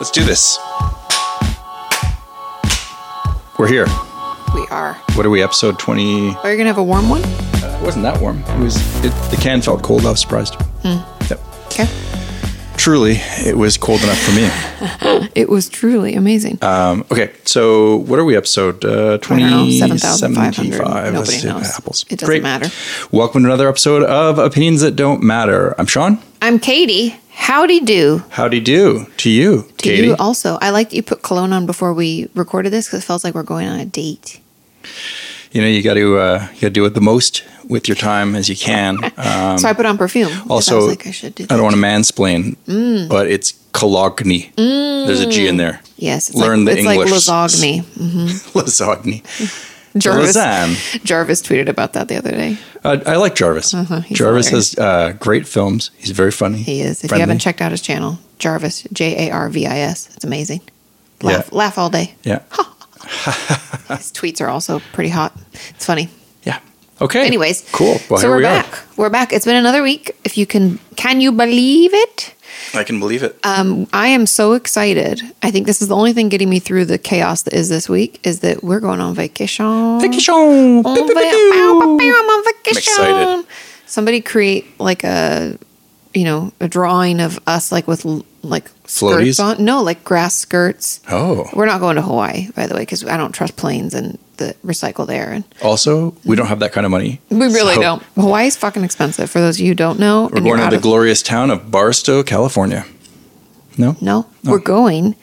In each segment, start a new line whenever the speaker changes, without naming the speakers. Let's do this. We're here.
We are.
What are we? Episode twenty? It
Are you gonna have a warm one?
wasn't that warm. It was. It, the can felt cold. I was surprised.
Hmm.
Yep.
Okay.
Truly, it was cold enough for me.
It was truly amazing.
Um, okay, so what are we episode uh,
I don't know,
20,
7,500.
75?
Nobody
Let's do
knows.
Apples.
It doesn't
Great.
matter.
Welcome to another episode of Opinions That Don't Matter. I'm Sean.
I'm Katie. Howdy do
Howdy do to you,
to
Katie.
you also. I like that you put cologne on before we recorded this because it felt like we're going on a date.
you know you got to uh, you got to do it the most with your time as you can. Um,
so I put on perfume. 'cause I
also,
was like I should do. Mm. That.
don't want to mansplain, but it's cologne.
Mm.
There's a G in there.
Yes, it's
learn
like,
the
it's
English.
like lasagna.
Lasagne.
Jarvis.
Lasagne.
Jarvis tweeted about that the other day.
Uh, I like Jarvis.
Uh-huh, he's
Jarvis
hilarious.
has uh, great films. He's very funny.
He is. If
friendly.
you haven't checked out his channel, Jarvis J A R V I S. It's amazing. Laugh,
Yeah.
laugh all day.
Yeah.
His tweets are also pretty hot. It's funny.
Yeah. Okay.
Anyways,
Cool. Well,
so
here
we're
we
back.
are.
We're back. It's been another week. If you can, can you believe it?
I can believe it.
Um, I am so excited. I think this is the only thing getting me through the chaos that is this week is that we're going on vacation.
Vacation.
On
Boop, boop,
va-
boop.
bow, bow, bow, I'm on vacation.
excited.
Somebody create like a, you know, a drawing of us like with l- like
Floaties?
skirts on. No, like grass skirts.
Oh.
We're not going to Hawaii, by the way, because I don't trust planes and the recycle there. And
Also, we don't have that kind of money.
We really
So,
don't. Hawaii's fucking expensive. For those of you who don't know,
We're going to the glorious town of Barstow, California. No.
no, we're going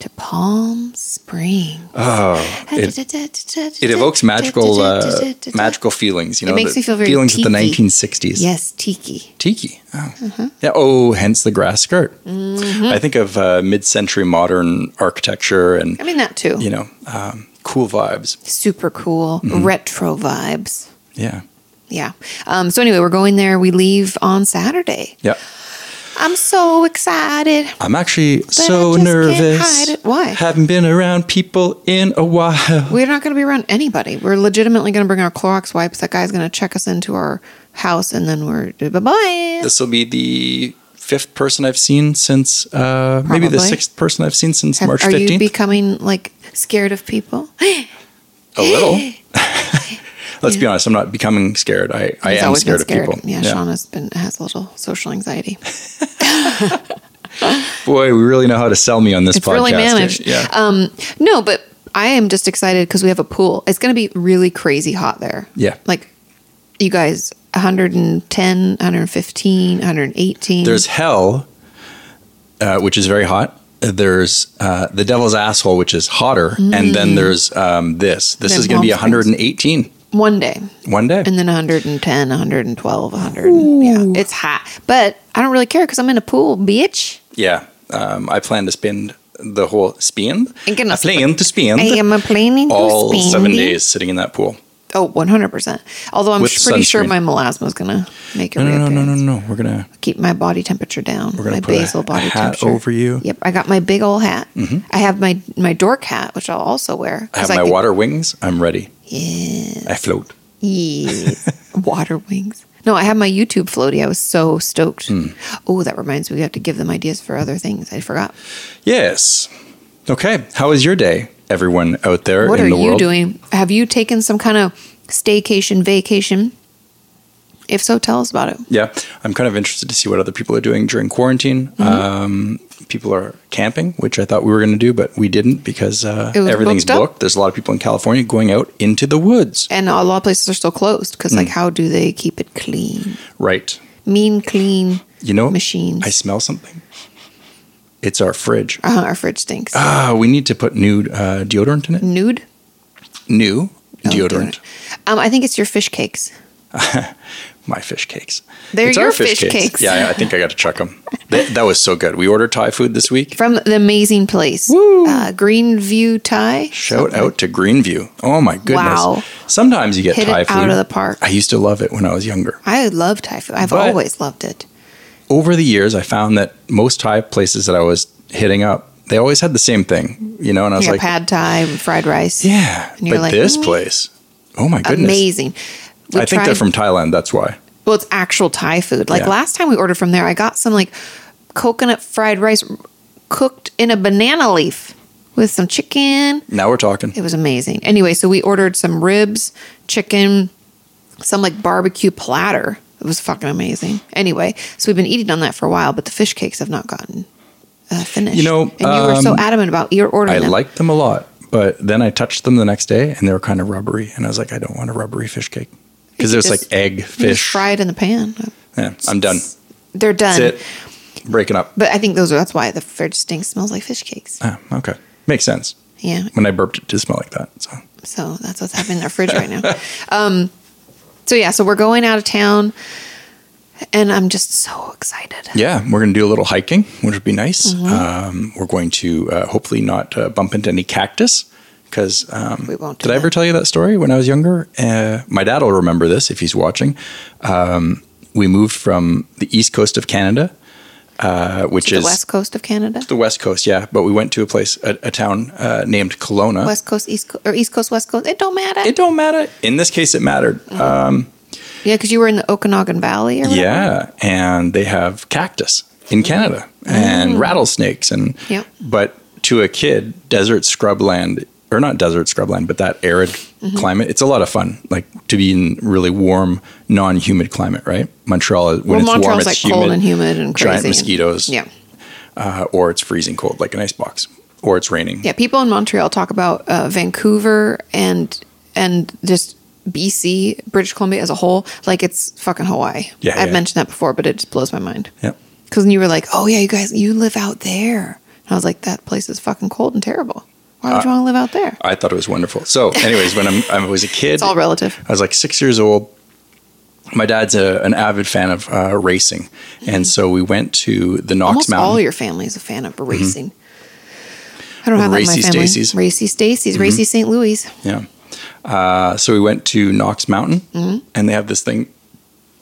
to Palm Springs.
Oh, it, it evokes magical uh, magical feelings. You know,
makes
the
me feel very
feelings of the
tiki.
1960s.
Yes, tiki.
Tiki. Oh. Yeah. Oh, hence the grass skirt.
Mm-hmm.
I think of uh, mid-century modern architecture and
I mean that too.
you know, Mm-hmm. um, cool vibes.
Super cool retro vibes.
Yeah.
Yeah. Um, so anyway, we're going there. We leave on Saturday.
Yeah.
I'm so excited.
I'm actually so
I just can't
nervous.
hide it. Why?
Haven't been around people in a while.
We're not going to be around anybody. We're legitimately going to bring our Clorox wipes. That guy's going to check us into our house, and then we're bye bye.
This will be the fifth person I've seen since uh, maybe the
Probably.
sixth person I've seen since
Have-
March
are you
15th.
becoming like scared of people?
a little. Let's be honest. I'm not becoming scared. I, I
He's
am
always
scared of
been scared.
people.
Yeah, Sean has been has a little social anxiety.
Boy, we really know how to sell me on this
It's
podcast.
really managed.
Yeah.
Um, no, but I am just excited because we have a pool. It's going to be really crazy hot there.
Yeah.
Like you guys, 110, 115, 118.
There's hell, uh, which is very hot. There's uh, the devil's asshole, which is hotter, and
Mm.
then there's um, this. This
Then
is going to be
Palm Springs.
118
one day.
one day.
And then 110, 112, 100. Yeah, it's hot. But I don't really care because I'm in a pool, bitch.
yeah, um, I plan to spend the whole spend.
I'm gonna
I plan to spend
I am planning to
all
spend
seven
it.
days sitting in that pool.
Oh, 100%. Although I'm
With
pretty sure
sunscreen.
my melasma is going to make a
No, no, no,
reappearance.
no, no, no. We're gonna
Keep my body temperature down.
gonna
my
put a
basal body
hat
temperature.
over you. Mm-hmm.
Yep. I got my big old hat. I have my, my dork hat, which I'll also wear.
I have
'cause
my
could-
water wings. I'm ready.
Yes.
I float.
yes. water wings. No, I have my YouTube floaty. I was so stoked.
Hmm.
Oh, that reminds me. We have to give them ideas for other things. I forgot.
Yes. Okay. How was your day, everyone out there
What
in
are
the
you
world?
doing? Have you taken some kind of staycation, vacation? If so, tell us about it.
Yeah, I'm kind of interested to see what other people are doing during quarantine.
Mm-hmm.
Um, people are camping, which I thought we were going to do, but we didn't because uh,
It was
everything's
booked up?
booked. There's a lot of people in California going out into the woods.
and a lot of places are still closed because
Mm.
like how do they keep it clean
Right.
mean clean
You know,
machines
I smell something. It's our fridge.
uh, our fridge stinks
Ah, we need to put new uh, deodorant in it.
nude Oh,
New
No,
deodorant.
um, i think it's your fish cakes
My fish cakes.
They're
It's our
your fish cakes.
Yeah, I think I got to check them. that, that was so good. We ordered Thai food this week.
from the amazing place
Woo.
Uh, greenview thai
Shout out to Greenview. Oh my goodness.
Wow.
Sometimes you get
Hit it
Thai food.
out of the park.
I used to love it when I was younger.
i love thai food i've
But-
always loved it
Over the years, I found that most Thai places that I was hitting up, they always had the same thing, you know, and I was
yeah,
like,
pad thai fried rice
yeah,
And you're
but
like,
this
mm.
place, oh my goodness.
amazing
I think they're from Thailand. That's why.
Well, it's actual Thai food. Like
Yeah.
last time we ordered from there, I got some like coconut fried rice cooked in a banana leaf with some chicken.
Now we're talking.
It was amazing. Anyway, so we ordered some ribs, chicken, some like barbecue platter. It was fucking amazing. Anyway, so we've been eating on that for a while, but the fish cakes have not gotten uh, finished.
You know,
and you were so
um,
adamant about your ordering.
I
them.
liked them a lot, but then I touched them the next day and they were kind of rubbery, and I was like, I don't want a rubbery fish cake because
You
there's
just-
like egg,
You just
fish.
fry it in the pan.
yeah, I'm done.
They're done.
That's it. Breaking up.
But I think those are that's why the fridge stink smells like fish cakes.
Ah, okay, makes sense.
Yeah.
When I burped, it did smell like that. So
So that's what's happening in our fridge right now. Um, so yeah, so we're going out of town, and I'm just so excited.
yeah, we're gonna do a little hiking, which would be nice.
Mm-hmm.
Um, we're going to uh, hopefully not uh, bump into any cactus because um,
We won't do
Did I
that.
ever tell you that story when I was younger? Uh, my dad will remember this if he's watching. Um, we moved from the east coast of Canada, uh, which
the
is
west coast of Canada,
the west coast, yeah. But we went to a place, a, a town uh, named Kelowna.
west coast, east coast, or east coast, west coast. It don't matter.
It don't matter. In this case, it mattered.
Mm-hmm. yeah, because you were in the Okanagan Valley. Or whatever.
Yeah, and they have cactus in
Mm.
Canada and rattlesnakes and
Yep.
but to a kid, desert scrubland or not desert scrubland, but that arid
Mm-hmm.
climate, it's a lot of fun. Like to be in really warm, non-humid climate, right? Montreal when
Well,
it's warm,
Montreal's
it's
like
humid,
cold and humid and crazy.
giant
and-
mosquitoes,
yeah,
uh, or it's freezing cold like an icebox, or it's raining.
yeah. People in Montreal talk about uh, Vancouver and and just BC, British Columbia as a whole, like it's fucking Hawaii.
Yeah,
I've
yeah.
mentioned that before, but it just blows my mind.
Yep.
Because you were like, oh, yeah, you guys, you live out there. And I was like, that place is fucking cold and terrible. Why
Uh,
would you want to live out there?
I thought it was wonderful. So, anyways, when I'm, I was a kid,
It's all relative.
I was like six years old. My dad's a, an avid fan of uh, racing, and so we went to the Knox
Almost
Mountain. Mm-hmm.
all your family is a fan of racing. I don't have that
Racy Mm-hmm.
in my family.
Stacy's.
Racy Stacy's. Racy St. Louis.
yeah. Uh, so we went to Knox Mountain,
Mm-hmm.
and they have this thing.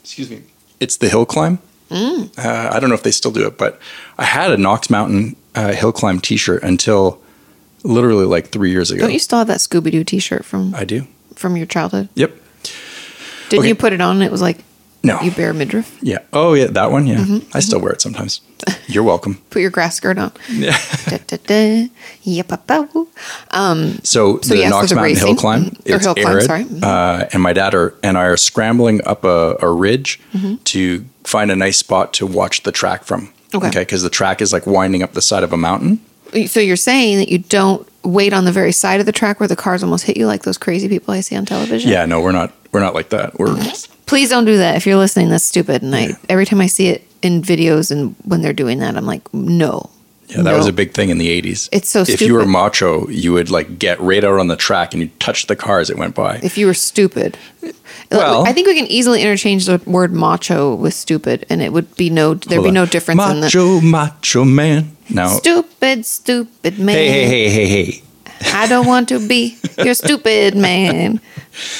Excuse me. It's the hill climb.
Mm.
Uh, I don't know if they still do it, but I had a Knox Mountain uh, hill climb T-shirt until literally like three years ago.
Don't you still have that Scooby Doo t shirt from,
I do.
from your childhood?
Yep.
Didn't
Okay.
you put it on and it was like,
No.
you Mm-hmm. bare midriff?
Yeah. Oh yeah, that one. Yeah. I still wear it sometimes. You're welcome.
Put your grass skirt on.
Yeah.
da, da, da. Yip-a-bow.
So, the
yes,
Knox
those are
Mountain Hill
racing.
Climb,
Mhm. Or
it's
hill climb,
arid,
sorry.
uh, and my dad are and I are scrambling up a, a ridge
Mm-hmm.
to find a nice spot to watch the track from.
Okay.
because the track is like winding up the side of a mountain.
So you're saying that you don't wait on the very side of the track where the cars almost hit you like those crazy people I see on television?
Yeah, no, we're not we're not like that. We're
Please don't do that. If you're listening, that's stupid. And I, every time I see it in videos and when they're doing that, I'm like, no.
yeah, that was a big thing in the eighties.
It's so
if you were
stupid.
macho, you would like get right out on the track and you touch the car as it went by.
If you were stupid,
Well-
I think we can easily interchange the word macho with stupid, and it would be no, there'd
Hold
be
on.
no difference in
Macho,
the
macho man. No.
stupid, stupid man.
Hey, hey, hey, hey, hey.
I don't want to be your stupid man.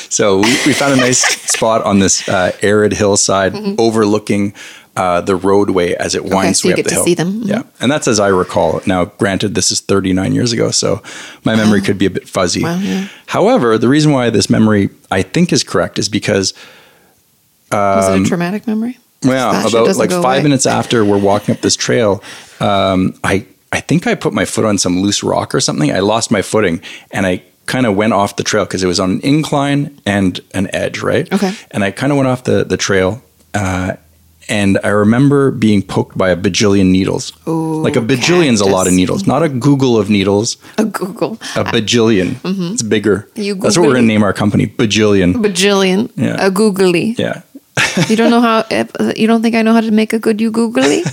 So we, we found a nice spot on this uh, arid hillside overlooking uh, the roadway as it winds
Mm-hmm. so you
way
get
up the
to
hill.
see them. Mm-hmm.
Yeah, and that's as I recall. it. Now, granted, this is 39 years ago, so my memory could be a bit fuzzy.
Oh. Wow, yeah.
However, the reason why this memory I think is correct is because
Was it a traumatic
Um,
memory?
well,
Gosh, it
about
doesn't
like
go
five
away.
minutes after we're walking up this trail, um, I I think I put my foot on some loose rock or something. I lost my footing and I kind of went off the trail because it was on an incline and an edge, right?
Okay.
And I kind of went off the the trail, uh, and I remember being poked by a bajillion needles. like a bajillion's a lot of
cactus.
needles, not a Google of needles,
A Google.
a bajillion. It's bigger.
Mm-hmm. You
That's what we're gonna
Google- Mm-hmm.
name our company, bajillion.
bajillion,
Yeah.
a googly.
Yeah.
You don't know how. You don't think I know how to make a good you googly?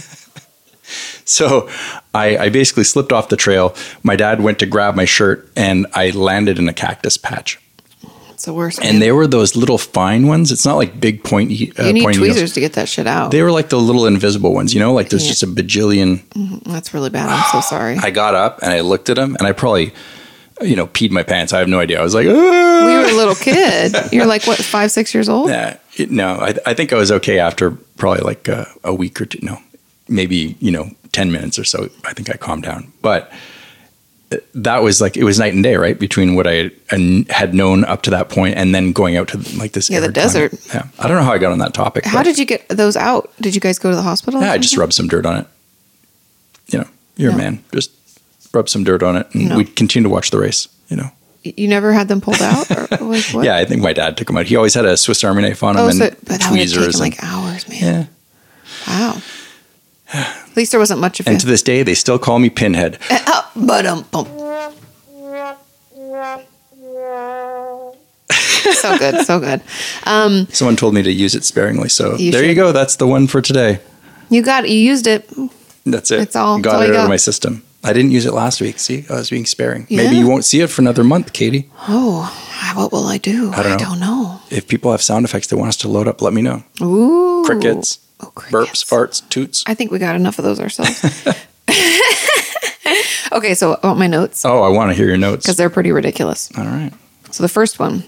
So I, I basically slipped off the trail. My dad went to grab my shirt and I landed in a cactus patch.
It's the worst.
And
man.
they were those little fine ones. It's not like big pointy. Uh,
you need
pointy
tweezers
needles.
to get that shit out.
They were like the little invisible ones, you know, like there's just a bajillion.
Mm-hmm. That's really bad. I'm so sorry.
I got up and I looked at them and I probably, you know, peed my pants. I have no idea. I was like, "Ah!"
we were a little kid. You're like what, five, six years old?
Nah, it- Uh, no, I, I think I was okay after probably like a, a week or two. No, maybe, you know, 10 minutes or so. I think I calmed down. But uh, that was like, it was night and day, right? Between what I had- and had known up to that point and then going out to like this.
Yeah, the
arid climate.
desert.
Yeah. I don't know how I got on that topic.
How
but-
did you get those out? Did you guys go to the hospital? or
yeah, I just
something?
rubbed some dirt on it. You know, You're
No.
a man. Just rub some dirt on it, and
No.
we continue to watch the race. You know.
Y- You never had them pulled out? Or like what?
Yeah, I think my dad took him out. He always had a Swiss Army knife on him
Oh,
and
so, but that would have taken
tweezers.
like
and,
hours, man.
yeah.
Wow. At least there wasn't much of
And
it.
to this day, they still call me Pinhead.
Oh, but um, bump. so good, so good. Um,
Someone told me to use it sparingly, so
You
there you
should.
go. That's the one for today.
you got it. You used it.
That's it.
That's all- that's
Got
all
it
you
out
got.
of my system. I didn't use it last week. See, I was being sparing. Maybe
Yeah.
you won't see it for another month, Katie.
Oh, I- what will I do?
I don't know.
know.
If people have sound effects they want us to load up, let me know.
Ooh.
Crickets,
Oh, crickets.
burps, farts, toots.
I think we got enough of those ourselves. okay, so about my notes
Oh, I want to hear your notes.
because they're pretty ridiculous.
All right.
So the first one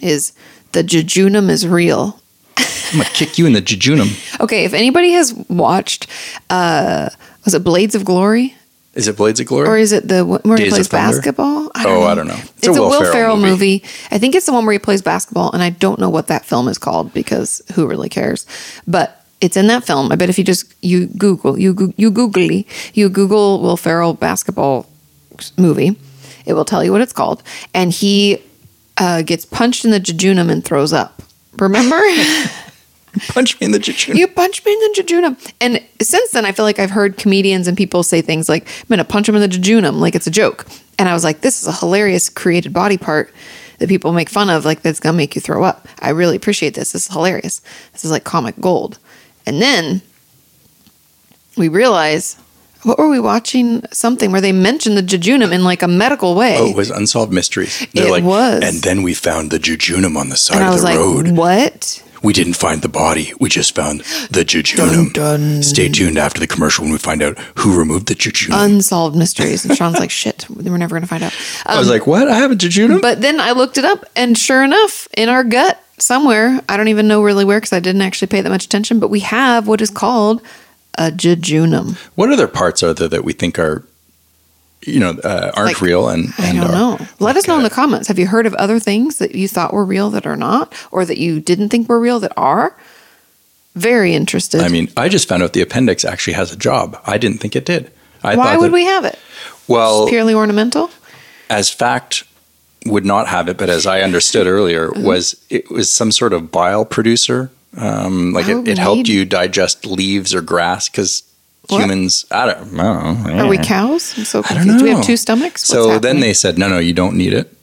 is the jejunum is real.
I'm going to kick you in the jejunum.
Okay, if anybody has watched, uh, was it Blades of Glory?
Is it Blades of Glory?
Or is it the one where he
Days of
plays
Thunder?
basketball?
Oh, I don't know.
It's, a Will, Ferrell, movie. I think it's the one where he plays basketball, and I don't know what that film is called because who really cares? But it's in that film. I bet if you just you Google you Goo- you googly you Google Will Ferrell basketball movie, it will tell you what it's called, and he uh, gets punched in the jejunum and throws up. Remember?
Punch me in the jejunum.
you punch me in the jejunum. And since then, I feel like I've heard comedians and people say things like, I'm going to punch him in the jejunum, like it's a joke. And I was like, this is a hilarious created body part that people make fun of, like that's going to make you throw up. I really appreciate this. This is hilarious. This is like comic gold. And then we realize, what were we watching? Something where they mentioned the jejunum in like a medical way.
Oh, it was Unsolved Mysteries.
It was.
And then we found the jejunum on the side
and I
of
was
the
like,
road.
what?
We didn't find the body. We just found the jejunum. Stay tuned after the commercial when we find out who removed the jejunum.
Unsolved mysteries. And Sean's like, shit, we're never going to find out.
I was like, what? I have a jejunum?
um, But then I looked it up, and sure enough, in our gut somewhere, I don't even know really where because I didn't actually pay that much attention, but we have what is called a jejunum.
what other parts are there that we think are, you know, uh, aren't
Like,
real and,
I
and
don't
are-
know. Let us know in
uh,
the comments. Have you heard of other things that you thought were real that are not, or that you didn't think were real that are? Very interested.
I mean, I just found out the appendix actually has a job. I didn't think it did. I
why
thought
would
that-
we have it?
Well,
Purely ornamental?
as fact would not have it, but as I understood earlier,
Mm-hmm.
was it was some sort of bile producer. Um, like
Oh,
it, it helped
maybe.
you digest leaves or grass because
What?
humans. I don't, I don't know.
Are we cows? I'm so
I
confused.
don't know.
Do we have two stomachs? What's
so then
happening?
they said, no, no, you don't need it.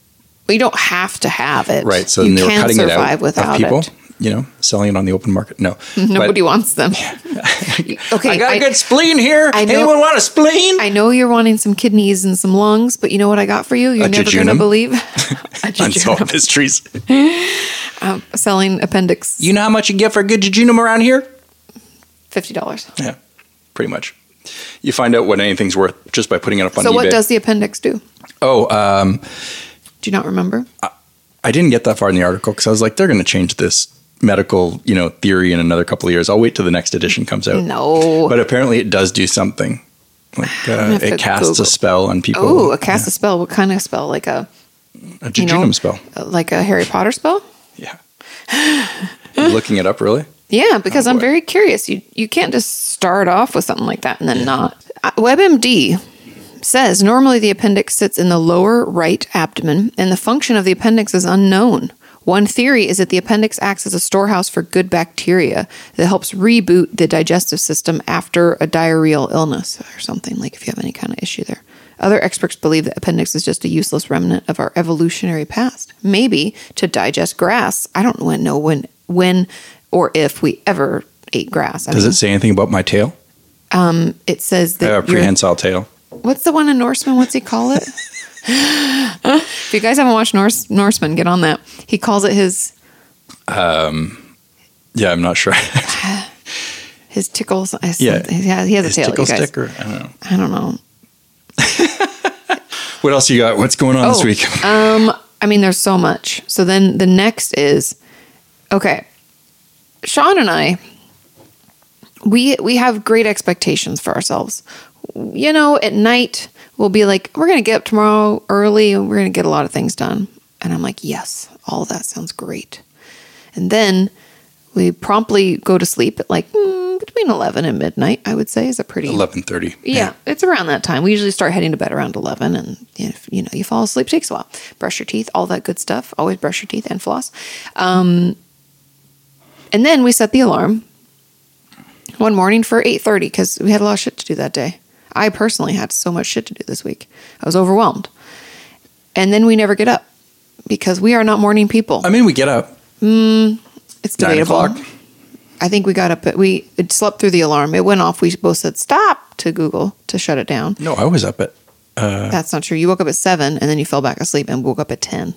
you don't have to have it.
Right. So
you
then they were
can
cutting it out
survive without
of people.
it.
You know, selling it on the open market. No,
Nobody
But
wants them. okay,
I got a
I-
good spleen here.
I know-
Anyone want a spleen?
I know you're wanting some kidneys and some lungs, but you know what I got for you? You're
A
never going to
jejunum?
believe. a jejunum.
Unsolved mysteries.
Selling appendix,
You know how much you get for a good jejunum around here?
$50.
Yeah, pretty much. You find out what anything's worth just by putting it up on
So
eBay.
what does the appendix do?
Oh, um,
Do you not remember?
I didn't get that far in the article because I was like, they're going to change this medical, you know, theory in another couple of years. I'll wait till the next edition comes
Mm-hmm.
out.
No.
Oh. But apparently, it does do something. Like uh,
have to
it casts
Google.
a spell on people.
Oh, a cast a spell. What kind of spell? Like a
a jejunum
you know,
spell.
Like a Harry Potter spell?
Yeah. You're looking it up, really?
Yeah, because
Oh,
I'm
boy.
very curious. You you can't just start off with something like that and then not. Uh, WebMD says normally the appendix sits in the lower right abdomen, and the function of the appendix is unknown. One theory is that the appendix acts as a storehouse for good bacteria that helps reboot the digestive system after a diarrheal illness or something, like if you have any kind of issue there. Other experts believe that appendix is just a useless remnant of our evolutionary past, maybe to digest grass. I don't when- know when when or if we ever ate grass. I
Does
mean,
it say anything about my tail?
it says
I
that
have a
your-
prehensile tail.
what's the one in Norseman? What's he call it? if you guys haven't watched Norse Norseman, get on that. He calls it his
Yeah, I'm not sure.
his tickles.
Yeah.
yeah, he has, he has a
His
tail.
tickle
You guys,
sticker. I don't know.
I don't know.
What else you got? What's going on
Oh,
this week?
I mean, there's so much. So then the next is okay. Sean and I, we we have great expectations for ourselves. You know, at night we'll be like, we're gonna get up tomorrow early, and we're gonna get a lot of things done. And I'm like, yes, all that sounds great. And then We promptly go to sleep at like mm, between 11 and midnight, I would say, is a pretty.
eleven thirty.
Yeah, it's around that time. We usually start heading to bed around 11 and you know, if, you know, you fall asleep takes a while. Brush your teeth, all that good stuff. Always brush your teeth and floss. Um, and then we set the alarm one morning for 8:30 cuz we had a lot of shit to do that day. I personally had so much shit to do this week. I was overwhelmed. And then we never get up because we are not morning people.
I mean, we get up
It's
nine
debatable.
o'clock.
I think we got up, but we it slept through the alarm. It went off. We both said stop to Google to shut it down.
No, I was up at
That's not true. You woke up at seven and then you fell back asleep and woke up at ten.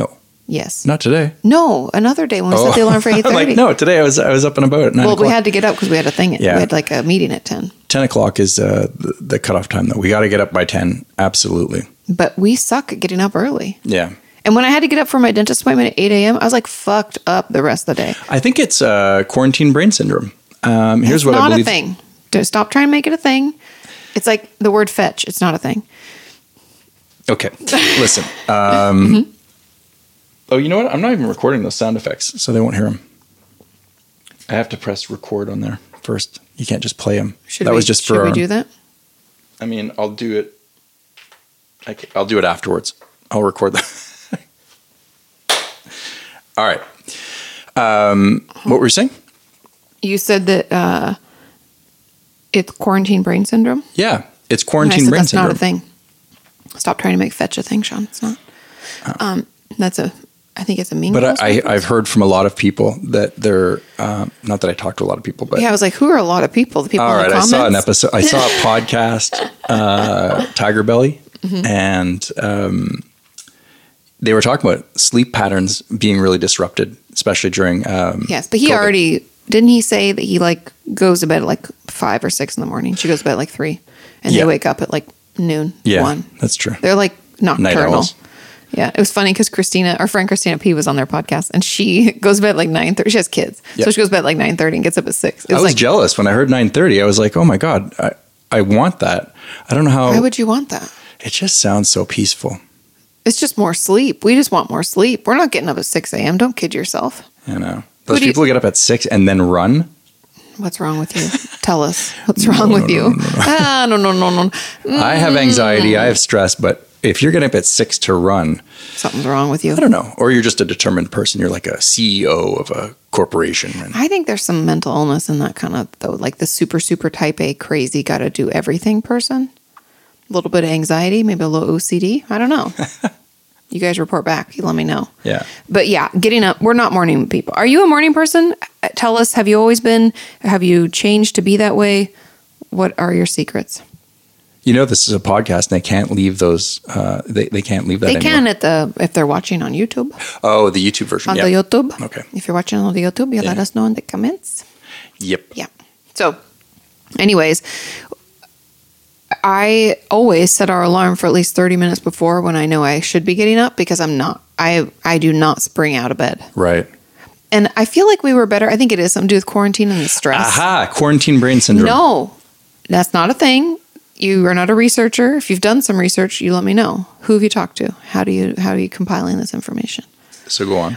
no,
Yes.
not today.
No, another day when we set the alarm for eight thirty.
Oh. like no, today I was I was up and about at nine
well,
o'clock.
we had to get up because we had a thing. At,
Yeah.
We had like a meeting at ten.
ten o'clock is uh, the, the cutoff time though. We got to get up by ten. Absolutely.
But we suck at getting up early.
Yeah.
And when I had to get up for my dentist appointment at eight a.m., I was like fucked up the rest of the day.
I think it's uh, quarantine brain syndrome. Um, here's
It's
what I
not
believe.
a thing. Don't stop trying to make it a thing. It's like the word fetch. It's not a thing.
Okay, listen. Um,
Mm-hmm.
Oh, you know what? I'm not even recording those sound effects, so they won't hear them. I have to press record on there first. You can't just play them.
Should
that
we,
was just for. um,
should we
our-
do that?
I mean, I'll do it. I ca- I'll do it afterwards. I'll record that. All right. Um, what were you saying?
You said that uh, it's quarantine brain syndrome.
Yeah, it's
And I
quarantine
said
brain
that's
syndrome.
not a thing. Stop trying to make fetch a thing, Sean. It's not. Um, that's a. I think it's a mean.
Oh. But
girls
I, I,
reference.
I've heard from a lot of people that they're um, not that I talk to a lot of people, but
yeah, I was like, who are a lot of people? The people
All
in
right,
the comments.
I saw an episode. I saw a podcast, uh, Tiger Belly,
Mm-hmm.
and um, they were talking about sleep patterns being really disrupted, especially during. Um,
Yes, but he
COVID.
already didn't he say that he like goes to bed at like five or six in the morning. She goes to bed at like three, and
Yeah.
they wake up at like noon.
yeah,
one.
that's true.
They're like nocturnal.
owls.
Yeah, it was funny because Christina, our friend Christina P, was on their podcast, and she goes to bed at like nine thirty. She has kids, so
Yep.
she goes to bed at like nine thirty and gets up at six. It
I was
like,
jealous when I heard nine thirty. I was like, "Oh my god, I, I want that." I don't know how.
why would you want that?
it just sounds so peaceful.
It's just more sleep. We just want more sleep. We're not getting up at six a.m. Don't kid yourself.
You know, those
do you-
people who get up at six and then run.
What's wrong with you? Tell us what's wrong with you. Ah, no, no, no, no.
I
Mm.
have anxiety. I have stress, but if you're getting up at six to run,
Something's wrong with you.
I don't know. Or you're just a determined person. You're like a CEO of a corporation. And
I think there's some mental illness in that kind of though, like the super super type A crazy got to do everything person. A little bit of anxiety, maybe a little OCD. I don't know. you guys report back. You let me know.
yeah.
But yeah, getting up. We're not morning people. Are you a morning person? Uh, Tell us. Have you always been? Have you changed to be that way? What are your secrets?
You know, this is a podcast and they can't leave those, uh, they, they can't leave that
They
anymore.
can at the if they're watching on YouTube
Oh, the YouTube version.
on
yep.
the YouTube.
Okay.
If you're watching on the YouTube, you let
Yeah.
us know in the comments.
Yep.
Yeah. So, anyways, I always set our alarm for at least 30 minutes before when I know I should be getting up because I'm not. I I do not spring out of bed.
Right.
And I feel like we were better. I think it is something to do with quarantine and the stress.
Aha. Quarantine brain syndrome.
No. That's not a thing. You are not a researcher. If you've done some research, you let me know. Who have you talked to? How do you how are you compiling this information?
So go on.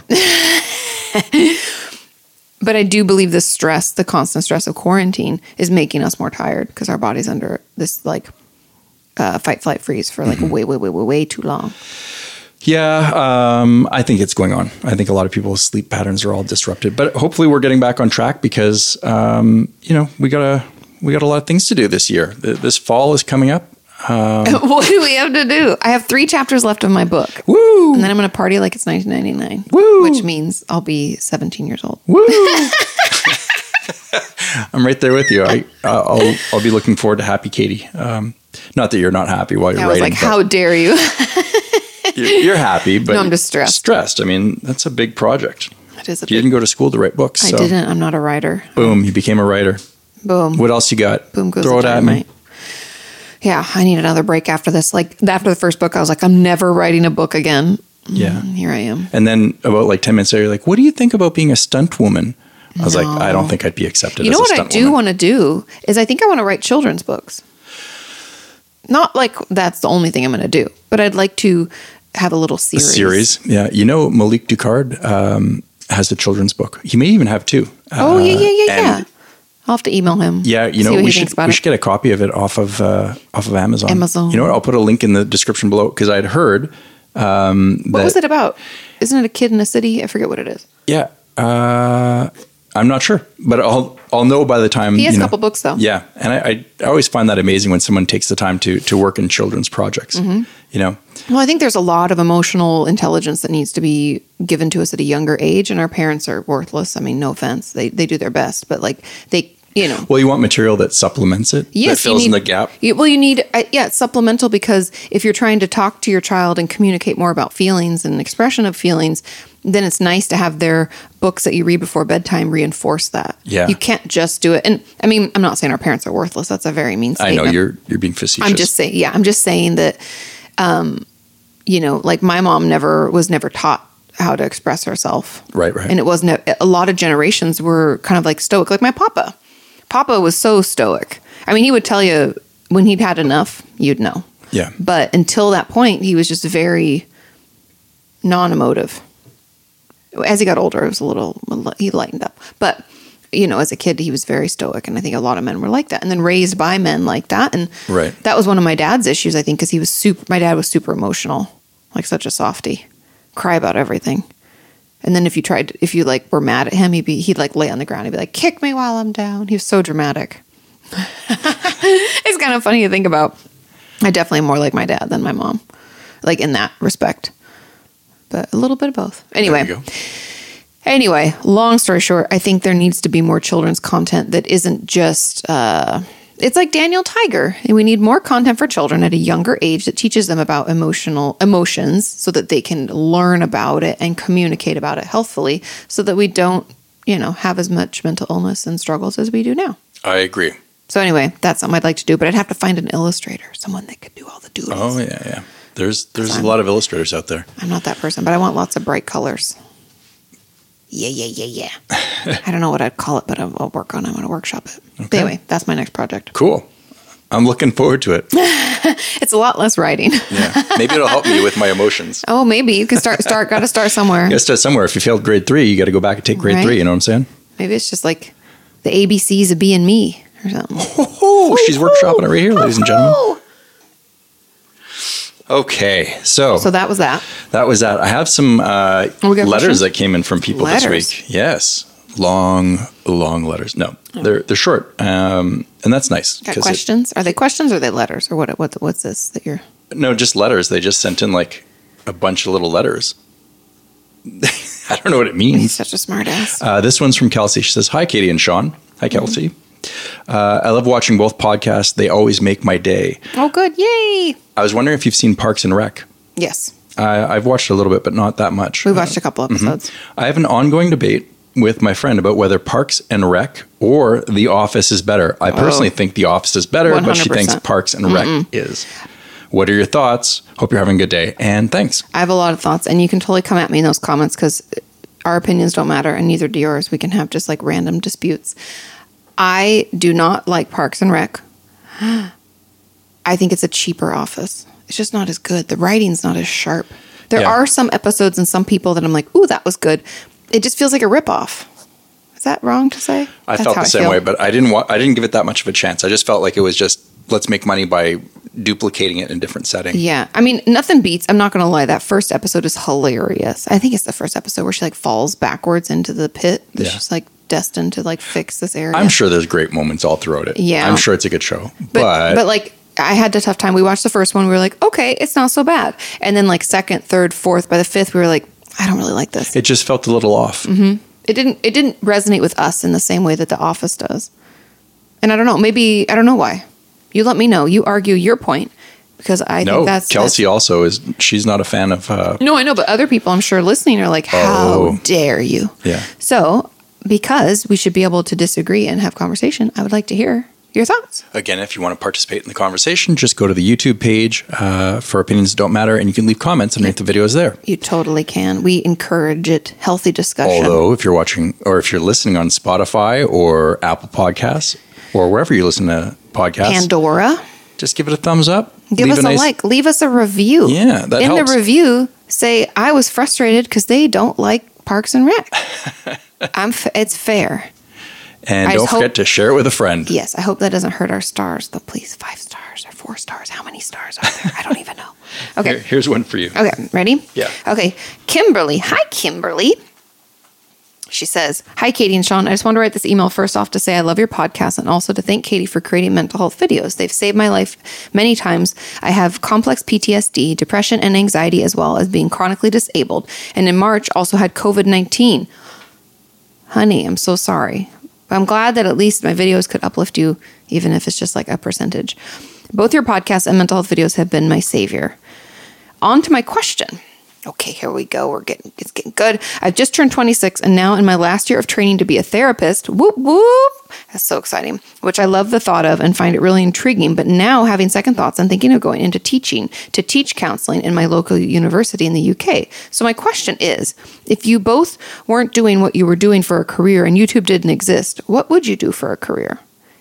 But I do believe the stress, the constant stress of quarantine, is making us more tired because our body's under this like uh, fight, flight, freeze for
Mm-hmm.
like way, way, way, way, way too long.
yeah. Um, I think it's going on. I think a lot of people's sleep patterns are all disrupted, but hopefully we're getting back on track because, um, you know, we got to, we got a lot of things to do this year. Th- This fall is coming up. Um.
what do we have to do? I have three chapters left of my book,
Woo.
and then I'm going to party like it's 1999,
Woo!
which means I'll be 17 years old.
Woo! I'm right there with you. I, uh, I'll, I'll be looking forward to Happy Katie. Um, not that you're not happy while you're
I was
writing.
like,
but
how dare you?
you're, you're happy, but
No, I'm just stressed.
Stressed. I mean, that's a big project.
It is a
You
big,
didn't go to school to write books.
I
so
didn't. I'm not a writer.
Boom! You became a writer.
Boom.
What else you got?
boom goes
Throw
the
it at me.
dynamite. Yeah, I need another break after this. Like after the first book, I was like, I'm never writing a book again.
Yeah.
And Here I am.
And then about like ten minutes later, you're like, "What do you think about being a stunt woman?" I was like, "I don't think I'd be accepted."
You
as
know
a
what I
stunt
do
woman.
want to do is I think I want to write children's books. Not like that's the only thing I'm going to do, but I'd like to have a little series.
series. Yeah, you know Malik Ducard. Um, has a children's book. He may even have two.
oh yeah,
Uh,
yeah, yeah,
and-
yeah. I'll have to email him.
Yeah, you
see
know
what
we
he
should
thinks about
we
it.
should get a copy of it off of uh, off of Amazon.
Amazon.
You know what? I'll put a link in the description below because I'd heard. Um, that,
What was it about? Isn't it a kid in a city? I forget what it is.
Yeah, uh, I'm not sure, but I'll I'll know by the time.
He has
you
a
know.
couple books though.
Yeah, and I, I I always find that amazing when someone takes the time to to work in children's projects.
Mm-hmm.
You know,
Well, I think there's a lot of emotional intelligence that needs to be given to us at a younger age, and our parents are worthless. I mean, no offense, they they do their best, but like they, you know.
well, you want material that supplements it.
Yes,
that
you
fills in
need-
the gap.
you- well, you need uh, yeah, it's supplemental because if you're trying to talk to your child and communicate more about feelings and expression of feelings, then it's nice to have their books that you read before bedtime reinforce that.
Yeah.
you can't just do it. And I mean, I'm not saying our parents are worthless. That's a very mean
I
statement.
know you're you're being facetious.
I'm just saying, yeah, I'm just saying that, um, you know, like my mom never was never taught how to express herself.
Right, right.
And it wasn't a, a lot of generations were kind of like stoic, like my papa. Papa was so stoic. I mean, he would tell you when he'd had enough, you'd know.
yeah.
But until that point, he was just very non-emotive. As he got older, it was a little he lightened up. But you know, as a kid, he was very stoic, and I think a lot of men were like that, and then raised by men like that, and
Right.
that was one of my dad's issues, I think, because he was super. My dad was super emotional, like such a softy, cry about everything. And then if you tried, if you like were mad at him, he'd be he'd like lay on the ground, he'd be like, "Kick me while I'm down." He was so dramatic. it's kind of funny to think about. I definitely am more like my dad than my mom, like in that respect. But a little bit of both. Anyway,
There you go.
Anyway, long story short, I think there needs to be more children's content that isn't just. Uh, it's like Daniel Tiger, and we need more content for children at a younger age that teaches them about emotional emotions, so that they can learn about it and communicate about it healthfully, so that we don't, you know, have as much mental illness and struggles as we do now.
I agree.
So anyway, that's something I'd like to do, but I'd have to find an illustrator, someone that could do all the doodles.
Oh yeah, yeah. There's there's a lot of illustrators out there.
I'm not that person, but I want lots of bright colors. Yeah, yeah, yeah, yeah. I don't know what I'd call it, but I'll, I'll work on it. I'm going to workshop it. But Anyway, that's my next project.
Cool. I'm looking forward to it.
It's a lot less writing.
Yeah. Maybe it'll help me with my emotions.
oh, maybe you can start, start, got to start somewhere.
You gotta start somewhere. If you failed grade three, you gotta go back and take grade
Right.
three. You know what I'm saying?
Maybe it's just like the ABCs of being me or something.
Oh, she's workshopping it right here, ladies and gentlemen.
Oh.
Okay,
So that was that.
That was that. I have some uh,
Oh, we got a
letters
question?
that came in from people
Letters?
this week. Yes, long, long letters. No, they're they're short, um, and that's nice.
Oh. Got
'cause it-
questions? are they questions or are they letters or what, what? What's this that you're?
no, just letters. They just sent in like a bunch of little letters. I don't know what it
He's
means.
such a smartass.
Uh, this one's from Kelsey. She says, "Hi, Katie and Sean. Hi, Kelsey. Uh, I love watching both podcasts. They always make my day.
oh, good. Yay.
I was wondering if you've seen Parks and Rec.
Yes.
I, I've watched a little bit, but not that much.
We watched a couple
Mm-hmm.
episodes.
I have an ongoing debate with my friend about whether Parks and Rec or The Office is better. I personally think The Office is better, but she thinks
100%.
Parks and Rec is. What are your thoughts? Hope you're having a good day. And thanks.
I have a lot of thoughts, and you can totally come at me in those comments because our opinions don't matter, and neither do yours. We can have just like random disputes. I do not like Parks and Rec. I think it's a cheaper office. It's just not as good. The writing's not as sharp. There
Yeah.
are some episodes and some people that I'm like, ooh, that was good. It just feels like a ripoff. Is that wrong to say?
I
That's
felt
how
the same
feel.
way, but I didn't wa- I didn't give it that much of a chance. I just felt like it was just let's make money by duplicating it in a different setting.
Yeah. I mean, nothing beats, I'm not going to lie, that first episode is hilarious. I think it's the first episode where she like falls backwards into the pit. that
Yeah.
She's like destined to like fix this area.
I'm sure there's great moments all throughout it.
Yeah.
I'm sure it's a good show. But,
But, but like, I had a tough time. We watched the first one. We were like, okay, it's not so bad. And then like second, third, fourth, by the fifth, we were like, I don't really like this.
it just felt a little off.
Mm-hmm. it didn't it didn't resonate with us in the same way that the office does and i don't know maybe i don't know why you let me know you argue your point because i
No,
think that's
Kelsey also is she's not a fan of uh,
no i know but other people i'm sure listening are like how
Oh.
dare you
Yeah.
so because we should be able to disagree and have conversation i would like to hear your thoughts
Again, if you want to participate in the conversation, just go to the YouTube page uh, for Opinions That Don't Matter, and you can leave comments underneath the videos there.
you totally can we encourage it healthy discussion
Although, if you're watching or if you're listening on Spotify or Apple Podcasts or wherever you listen to podcasts,
pandora
just give it a thumbs up.
give
leave
us a,
nice-
like leave us a review
Yeah, that
in
helps.
the review say i was frustrated because they don't like Parks and Rec. I'm. F- it's fair.
And
I
don't
just hope-
forget to share it with a friend.
Yes, I hope that doesn't hurt our stars. Though, please, five stars or four stars. How many stars are there? I don't even know.
Here-
Okay.
here's one for you.
Okay, ready?
Yeah.
Okay, Kimberly. Hi, Kimberly. She says, Hi, Katie and Sean. I just want to write this email first off to say I love your podcast and also to thank Katie for creating mental health videos. They've saved my life many times. I have complex PTSD, depression, and anxiety, as well as being chronically disabled. And in March, also had COVID 19. Honey, I'm so sorry. But I'm glad that at least my videos could uplift you, even if it's just like a percentage. Both your podcast and mental health videos have been my savior on to my question. Okay, here we go. We're getting it's getting good. I've just turned 26 and now in my last year of training to be a therapist. Whoop whoop. That's so exciting, which I love the thought of and find it really intriguing. But now having second thoughts, I'm thinking of going into teaching to teach counseling in my local university in the UK. So my question is, if you both weren't doing what you were doing for a career and YouTube didn't exist, what would you do for a career?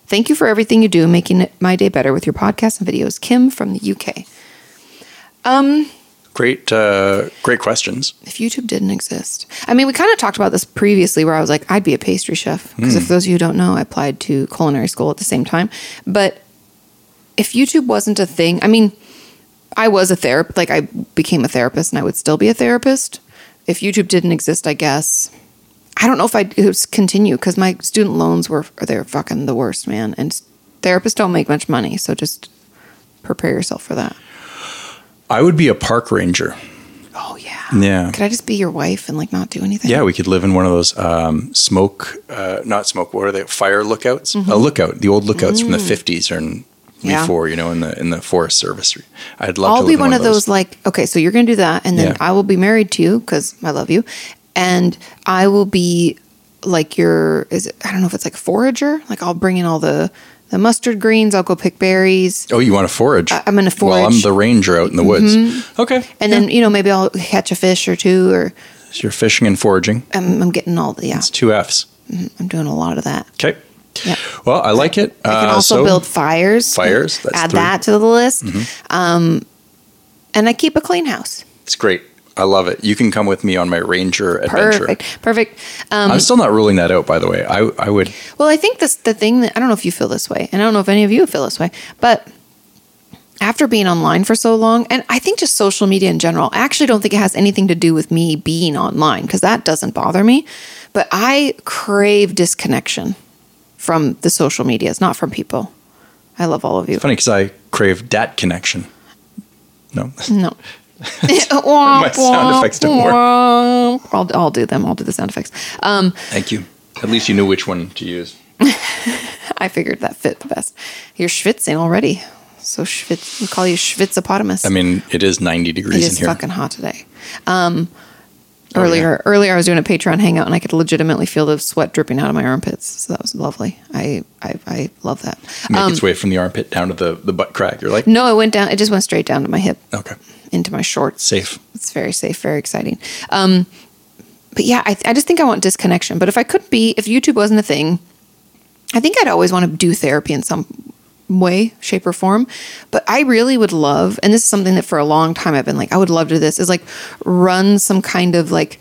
Thank you for everything you do, making it my day better with your podcast and videos. Kim from the UK.
Great, uh, great questions.
if YouTube didn't exist. I mean, we kind of talked about this previously where I was like, I'd be a pastry chef. Because
Hmm.
if those of you who don't know, I applied to culinary school at the same time. But if YouTube wasn't a thing, I mean, I was a therapist, like I became a therapist and I would still be a therapist. If YouTube didn't exist, I guess. I don't know if I'd continue because my student loans were, they're fucking the worst, man. And therapists don't make much money. So just prepare yourself for that.
I would be a park ranger.
Oh, yeah.
Yeah.
Could I just be your wife and like not do anything?
Yeah, we could live in one of those um, smoke, uh, not smoke. What are they? Fire lookouts? A lookout. The old lookouts from the fifties or in-
Mm-hmm. Mm. Yeah.
before, you know, in the in the Forest Service. I'd love
I'll
to
be
live in
one of those. like, okay, so you're going to do that, and then
Yeah.
I will be married to you because I love you, and I will be like your is it, I don't know if it's like forager. Like I'll bring in all the the mustard greens. I'll go pick berries,
Oh, you want to forage?
I'm gonna
Well, I'm
forage. Mm-hmm.
the ranger out in the woods. Okay.
and then you know maybe I'll catch a fish or two, or
So you're fishing and foraging.
I'm, I'm getting all the yeah.
It's two Fs.
I'm doing a lot of that.
Okay.
Yeah.
Well, I like it.
I can
Uh,
also
so-
build fires.
Fires, that's
add
three. Mm-hmm.
that to the list. Um, and I keep a clean house.
It's great. I love it. You can come with me on my ranger adventure.
Perfect. Perfect. Um,
I'm still not ruling that out, by the way. I I would.
Well, I think this the thing that I don't know if you feel this way, and I don't know if any of you feel this way, but after being online for so long, and I think just social media in general, I actually don't think it has anything to do with me being online because that doesn't bother me. But I crave disconnection from the social medias, not from people. I love all of you.
Funny because I crave dat connection. No.
No.
My sound effects don't work.
I'll, I'll do them. I'll do the sound effects. Um,
Thank you. At least you knew which one to use.
I figured that fit the best. You're schwitzing already. So schwitz, we call you schwitzopotamus.
I mean, it is 90 degrees
It
in
is
here.
fucking hot today. Um, earlier, earlier I was doing a Patreon hangout and I could legitimately feel the sweat dripping out of my armpits. So that was lovely. I I, I love that.
Make
Um,
its way from the armpit down to the, the butt crack. You're like,
no, it went down. It just went straight down to my hip,
okay,
into my shorts.
safe.
It's very safe, very exciting. Um, but yeah, I, I just think I want disconnection. But if I could be, if YouTube wasn't a thing, I think I'd always want to do therapy in some way, shape, or form. But I really would love, and this is something that for a long time I've been like, I would love to do this, is like run some kind of like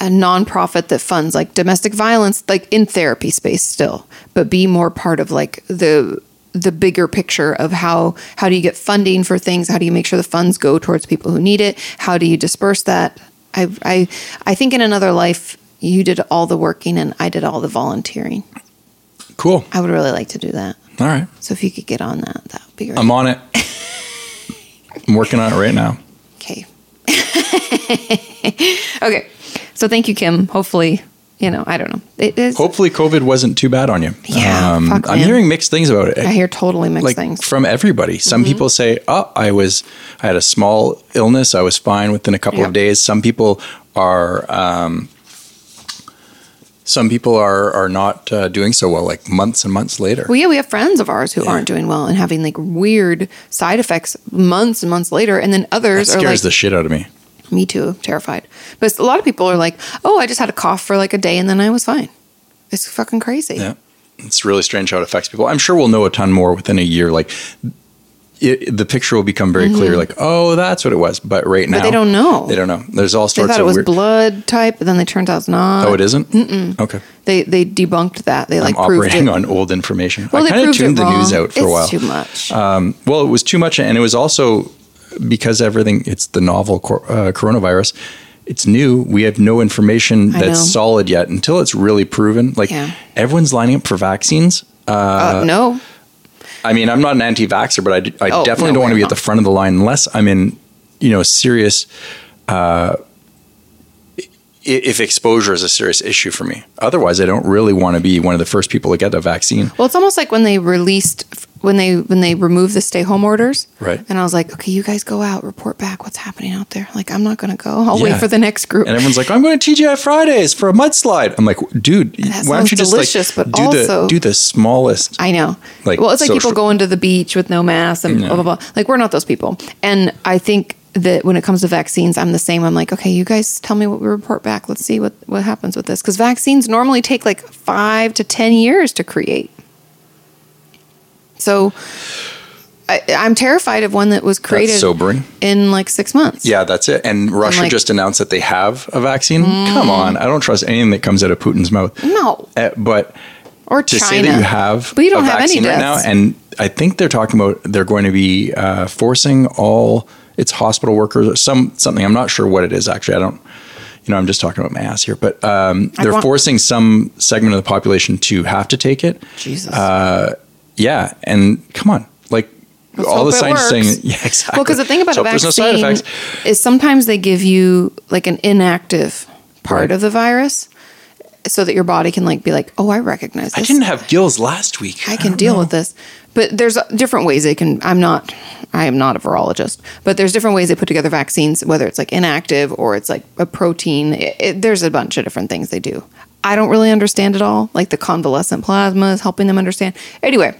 a nonprofit that funds like domestic violence, like in therapy space still, but be more part of like the the bigger picture of how how do you get funding for things? How do you make sure the funds go towards people who need it? How do you disperse that? I I I think in another life you did all the working and I did all the volunteering.
Cool.
I would really like to do that.
All right.
So if you could get on that, that would be great.
I'm on it. I'm working on it right now.
okay. okay. So thank you, Kim. Hopefully, you know, I don't know. It is.
Hopefully, COVID wasn't too bad on you. Um,
Yeah, fuck,
I'm
man.
hearing mixed things about it.
I hear totally mixed
like
things. Mm-hmm.
from everybody. Some people say, "Oh, I was, I had a small illness. I was fine within a couple
Yep.
of days." Some people are, um, some people are are not uh, doing so well, like months and months later.
Well, yeah, we have friends of ours who aren't doing well and having like weird side effects months and months later, and then
that
others are
scares
like,
the shit out of me.
"Me too, terrified." But a lot of people are like, "Oh, I just had a cough for like a day, and then I was fine." It's fucking crazy.
Yeah. It's really strange how it affects people. I'm sure we'll know a ton more within a year. Like it, the picture will become very clear. Like, oh, that's what it was. But right now,
Mm-hmm. they don't know.
They don't know. There's all
They
sorts
thought it
of
was
weird.
blood type, but then they turned out it's not.
oh, it isn't? Okay,
They they debunked that. They like
I'm
proved
operating
it.
on old information. I
well, they
kind of
proved
tuned
it
the
wrong.
news out for
it's
a while.
Too much.
Um, well, it was too much, and it was also because everything. It's the novel cor- uh, coronavirus. It's new. We have no information
I
that's
know.
solid yet until it's really proven. Like
Yeah.
everyone's lining up for vaccines.
uh, no,
I mean, I'm not an anti-vaxxer, but I d- I,
Oh,
definitely
no,
don't want to
we're
be at
not.
the front of the line unless I'm in, you know, serious. Uh, i- if exposure is a serious issue for me, otherwise, I don't really want to be one of the first people to get the vaccine.
Well, it's almost like when they released when they when they removed the stay home orders.
Right.
And I was like, okay, you guys go out, report back what's happening out there. Like, I'm not gonna go. I'll wait
Yeah.
for the next group.
And everyone's like, I'm going to TGI Fridays for a mudslide. I'm like, dude, why don't
sounds
you just
delicious,
like
but
do
also-
the do the smallest?
I know.
Like,
well, it's like
social-
people going to the beach with no mask and blah blah blah. Like, we're not those people. And I think that when it comes to vaccines, I'm the same. I'm like, okay, you guys tell me what we report back. Let's see what what happens with this because vaccines normally take like five to ten years to create. So. I, I'm terrified of one that was created
sobering.
in like six months.
yeah, that's it. And Russia
like- Mm.
just announced that they have a vaccine. Come on, I don't trust anything that comes out of Putin's mouth.
No.
Uh, but
Or
to
China.
say that you have
But you don't
a
have any
vaccine right now
deaths.
and i think they're talking about they're going to be uh, forcing all its hospital workers or some something i'm not sure what it is actually i don't you know i'm just talking about my ass here but um,
I
they're
want-
forcing some segment of the population to have to take it
Jesus.
uh, yeah and come on like all
hope
the
it
scientists saying
works.
yeah exactly
well, because the thing about
So
a
if there's
vaccine
no side effects
is sometimes they give you like an inactive
Right.
part of the virus so that your body can like be like, oh, I recognize
i
this.
didn't have gills last week
I can deal with this. But there's different ways they can. I'm not. I am not a virologist, but there's different ways they put together vaccines. Whether it's like inactive or it's like a protein. It, it, there's a bunch of different things they do. I don't really understand it all. Like the convalescent plasma is helping them understand. Anyway,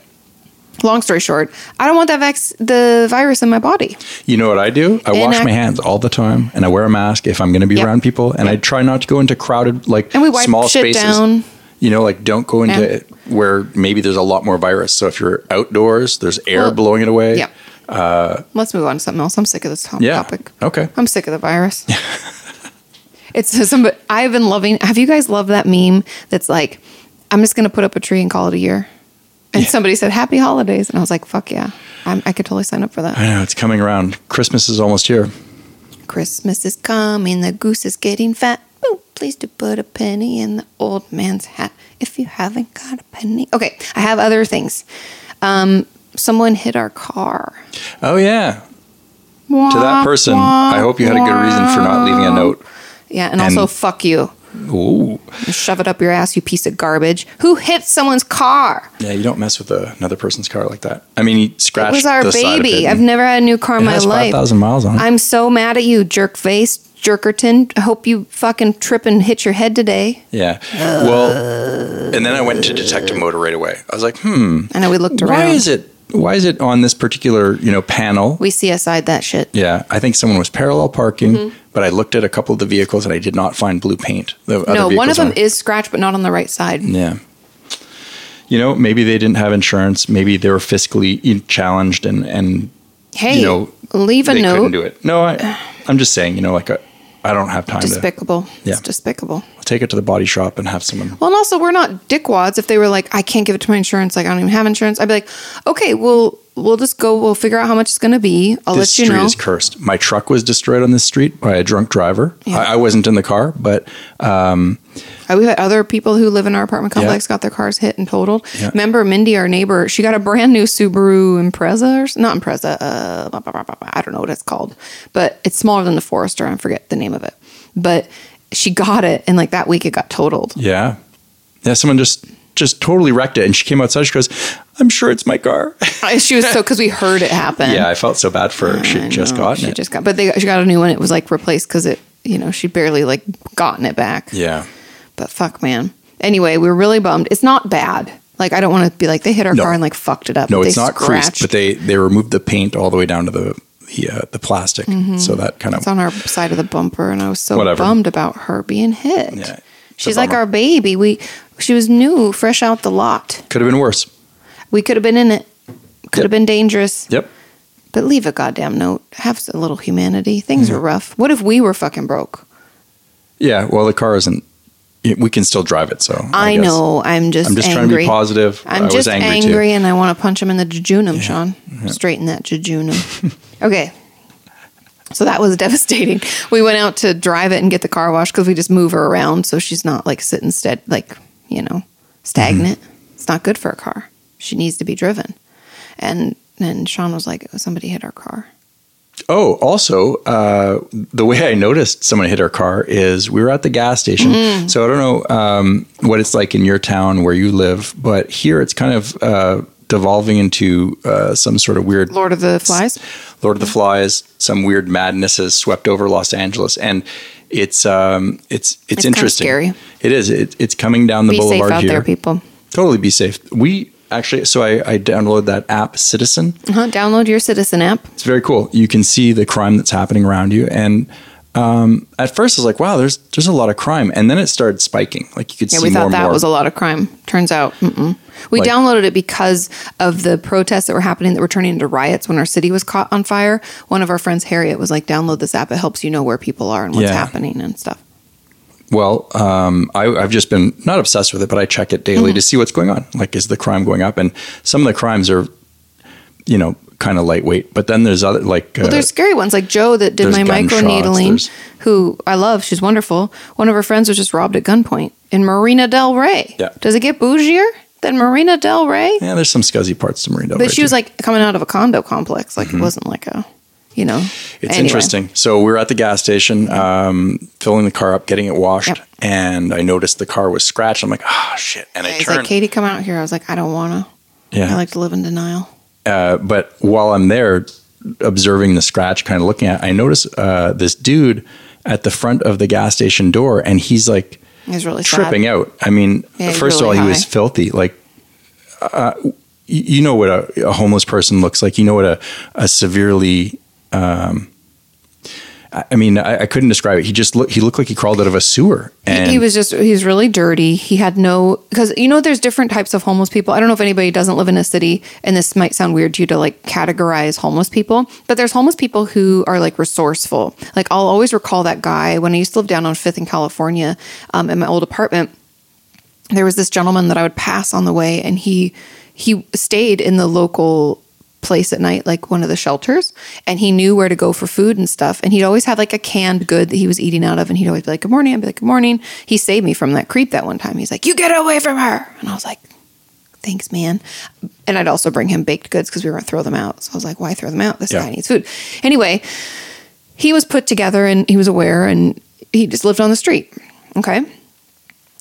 long story short, I don't want that vac- the virus in my body.
You know what I do? I
And
wash
I-
my hands all the time, and I wear a mask if I'm going to be
Yep.
around people, and I try not to go into crowded, like
And we wipe
small
shit
spaces.
down.
You know, like don't go into
Yeah.
where maybe there's a lot more virus. So if you're outdoors, there's air
Well,
blowing it away.
Yep. Let's move on to something else. I'm sick of this to-
Uh, Yeah.
topic.
Okay.
I'm sick of the virus. it's some, but I've been loving. Have you guys loved that meme that's like, I'm just going to put up a tree and call it a year? And somebody said, Happy holidays. And I was like, Fuck yeah. I'm, I could totally sign up for that.
I know it's coming around. Christmas is almost here.
Christmas is coming. The goose is getting fat. Oh, please do put a penny in the old man's hat if you haven't got a penny. Okay. I have other things. Um, someone hit our car.
Oh yeah. To that person, I hope you had a good reason for not leaving a note.
Yeah.
And-
And, also, fuck you.
Ooh.
And shove it up your ass, you piece of garbage. Who hit someone's car?
Yeah, you don't mess with a, another person's car like that. I mean, he
It
scratched.
was our
the side of
baby.
it
I've
and
never had a new car in
it
my
has
life.
5,000 miles on it.
I'm so mad at you, jerk face, jerkerton. I hope you fucking trip and hit your head today.
yeah. Well, and then I went to detect a motor right away. I was like, hmm.
I know we looked around.
Why is it? Why is it on this particular you know panel?
We CSI'd that shit.
yeah, I think someone was parallel parking,
Mm-hmm.
but I looked at a couple of the vehicles and I did not find blue paint. The other
no, one
vehicles
of them
on-
is scratched, but not on the right side.
Yeah. You know, maybe they didn't have insurance. Maybe they were fiscally in- challenged, and and
Hey,
you know,
leave a
they couldn't
note.
do it. No, I, I'm just saying. You know, like I I don't have time
Despicable.
Yeah.
It's despicable.
to take it to the body shop and have someone.
Well, and also we're not dickwads. If they were like, I can't give it to my insurance, like I don't even have insurance, I'd be like, okay, we'll we'll just go. We'll figure out how much it's going to be. I'll
This
let you
street
know.
is cursed. My truck was destroyed on this street by a drunk driver.
Yeah.
I, I wasn't in the car, but
Uh, We've had other people who live in our apartment
Yeah.
complex got their cars hit and totaled.
Yeah.
Remember Mindy, our neighbor, she got a brand new Subaru Impreza or s- not Impreza. Uh, blah, blah, blah, blah, blah. I don't know what it's called, but it's smaller than the Forester. I forget the name of it, but she got it, and like that week it got totaled.
Yeah. Yeah, someone just just totally wrecked it and she came outside she goes, "I'm sure it's my car."
she was so because we heard it happen.
yeah, I felt so bad for her. She
I
would just
know,
got
she
it.
just got but they she got a new one it was like replaced because it you know she barely like gotten it back
yeah.
but fuck man anyway we were really bummed it's not bad like i don't want to be like they hit our
No.
car and like fucked it up
No,
They
it's not creased,
scratched.
but they they removed the paint all the way down to the the, uh, the plastic.
Mm-hmm.
So that kind
it's
of
on our side of the bumper and i was so
Whatever.
bummed about her being hit
Yeah, it's a
she's like
bummer.
our baby we she was new fresh out the lot
could have been worse.
we could have been in it could have been dangerous
Yep.
But leave a goddamn note. Have a little humanity. Things
Mm-hmm.
are rough. What if we were fucking broke?
Yeah. Well, the car isn't. We can still drive it. So
I,
guess.
know. I'm just.
I'm just
angry.
trying to be positive.
I'm
I was
just
angry,
angry, and I want to punch him in the jejunum, Sean. Straighten that jejunum. okay. So that was devastating. We went out to drive it and get the car wash because we just move her around so she's not like sitting stead, like you know, stagnant.
Mm-hmm.
It's not good for a car. She needs to be driven. And and Sean was like, oh, somebody hit our car.
too. Oh, also, uh, the way I noticed someone hit our car is we were at the gas station.
Mm.
So I don't know um, what it's like in your town where you live, but here it's kind of uh, devolving into uh, some sort of weird
Lord of the Flies.
Lord of the Flies, some weird madness has swept over Los Angeles, and it's um, it's it's,
It's kinda
interesting.
scary.
It is. It, it's coming down the
Be safe
boulevard
out
here.
there, people.
Totally be safe. We actually, so I, I downloaded that app, Citizen.
Uh-huh. Download your Citizen app.
It's very cool. You can see the crime that's happening around you, and um, at first I was like, wow, there's there's a lot of crime, and then it started spiking. Like you could
Yeah,
see
we
more
thought
and
that
more.
was a lot of crime. Turns out, mm-mm. we
Like-
downloaded it because of the protests that were happening that were turning into riots when our city was caught on fire. One of our friends, Harriet, was like, "Download this app. It helps you know where people are and what's
Yeah.
happening and stuff."
Well, um, I, I've just been not obsessed with it, but I check it daily
Mm-hmm.
to see what's going on. Like, is the crime going up? And some of the crimes are, you know, kind of lightweight. But then there's other like uh,
Well, there's scary ones like Joe that did
there's
my
gunshots,
microneedling,
there's-
who I love. She's wonderful. One of her friends was just robbed at gunpoint in Marina Del Rey.
Yeah.
Does it get bougier than Marina Del Rey?
yeah, there's some scuzzy parts to Marine Del Rey,
But she was
too.
like coming out of a condo complex. Like it wasn't like a, you know.
Mm-hmm. it's
Anyway.
interesting. So we were at the gas station, um, filling the car up, getting it washed,
Yep.
and I noticed the car was scratched. I'm like, ah, shit, and I
He's
turned.
like, Katie, come out here. I was like, I don't want to.
yeah,
I like to live in denial.
uh, but while I'm there observing the scratch, kind of looking at, it, I notice uh, this dude at the front of the gas station door, and he's like.
It's really
tripping
sad.
out. I mean,
Yeah, he's
first
really
of all, he was
high.
filthy. Like, uh, you, you know what a, a homeless person looks like. You know what a, a severely, um, I, I mean, I, I couldn't describe it. He just looked, he looked like he crawled out of a sewer. And
He, he was just, he was really dirty. He had no, because you know, there's different types of homeless people. I don't know if anybody doesn't live in a city, and this might sound weird to you to like categorize homeless people, but there's homeless people who are like resourceful. Like, I'll always recall that guy when I used to live down on Fifth in California um, in my old apartment. there was this gentleman that I would pass on the way, and he he stayed in the local place at night, like one of the shelters, and he knew where to go for food and stuff. And he'd always have like a canned good that he was eating out of, and he'd always be like, "Good morning," I'd be like, "Good morning." He saved me from that creep that one time. He's like, "You get away from her," and I was like, thanks man and i'd also bring him baked goods because we were going to throw them out so i was like why throw them out this
Yeah.
guy needs food anyway he was put together and he was aware and he just lived on the street okay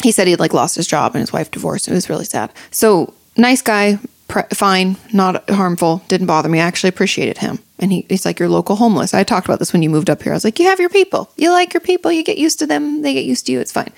he said he'd like lost his job and his wife divorced it was really sad so nice guy pre- fine not harmful didn't bother me i actually appreciated him and he, he's like your local homeless i talked about this when you moved up here i was like you have your people you like your people you get used to them they get used to you it's fine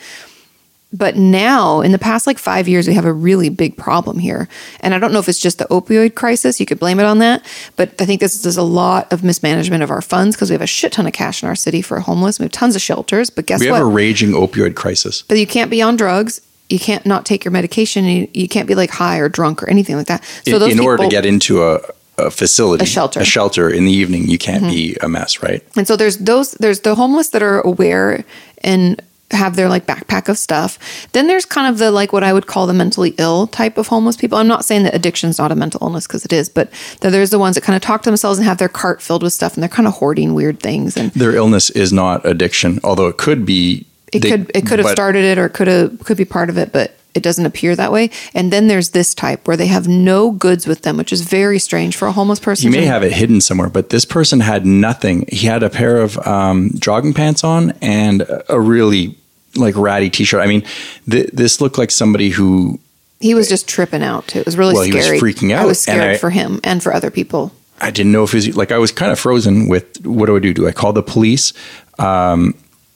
but now, in the past like five years, we have a really big problem here. And I don't know if it's just the opioid crisis. You could blame it on that. But I think this is a lot of mismanagement of our funds because we have a shit ton of cash in our city for homeless. We have tons of shelters. But guess
we have
what?
a raging opioid crisis.
but you can't be on drugs. You can't not take your medication. You, you can't be like high or drunk or anything like that. So
in
those
in order to
people-
get into a, a facility,
A shelter. Mm-hmm.
a shelter in the evening, you can't be a mess, right?
And so there's those there's the homeless that are aware and have their like backpack of stuff. Then there's kind of the like what I would call the mentally ill type of homeless people. I'm not saying that addiction's not a mental illness because it is, but the, there's the ones that kind of talk to themselves and have their cart filled with stuff and they're kind of hoarding weird things and
Their illness is not addiction, although it could be.
it
they-
could it could have
but-
started it or could have could be part of it, but it doesn't appear that way. And then there's this type where they have no goods with them, which is very strange for a homeless person.
He may
to-
have it hidden somewhere, but this person had nothing. He had a pair of um, jogging pants on and a really like ratty t-shirt. I mean, th- this looked like somebody who
he was just tripping out too. It was really
Well, he was
scary.
freaking
I
out,
was
and
scared
I-
for him and for other people.
I didn't know if he's like I was kind of frozen with what do I do? Do I call the police? Um,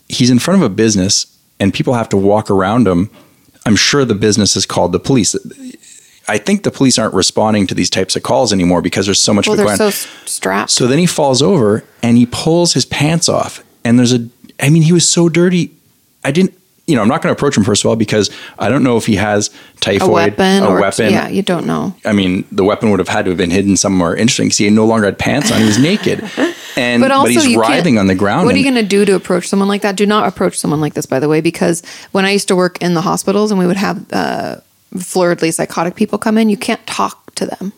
he's in front of a business and people have to walk around him. I'm sure the business has called the police. I think the police aren't responding to these types of calls anymore because there's so much
Well,
of it going
they're so
on.
s- strapped.
So then he falls over and he pulls his pants off, and there's a. I mean, he was so dirty. I didn't. you know, I'm not going to approach him first of all because I don't know if he has typhoid,
a weapon,
a
or
weapon.
yeah, you don't know.
I mean, the weapon would have had to have been hidden somewhere interesting because he no longer had pants on; he was naked, and
But
but,
also,
he's
you can't-
writhing on the ground.
What are you
and-
going to do to approach someone like that? Do not approach someone like this, by the way, because when I used to work in the hospitals and we would have uh, floridly psychotic people come in, you can't talk to them.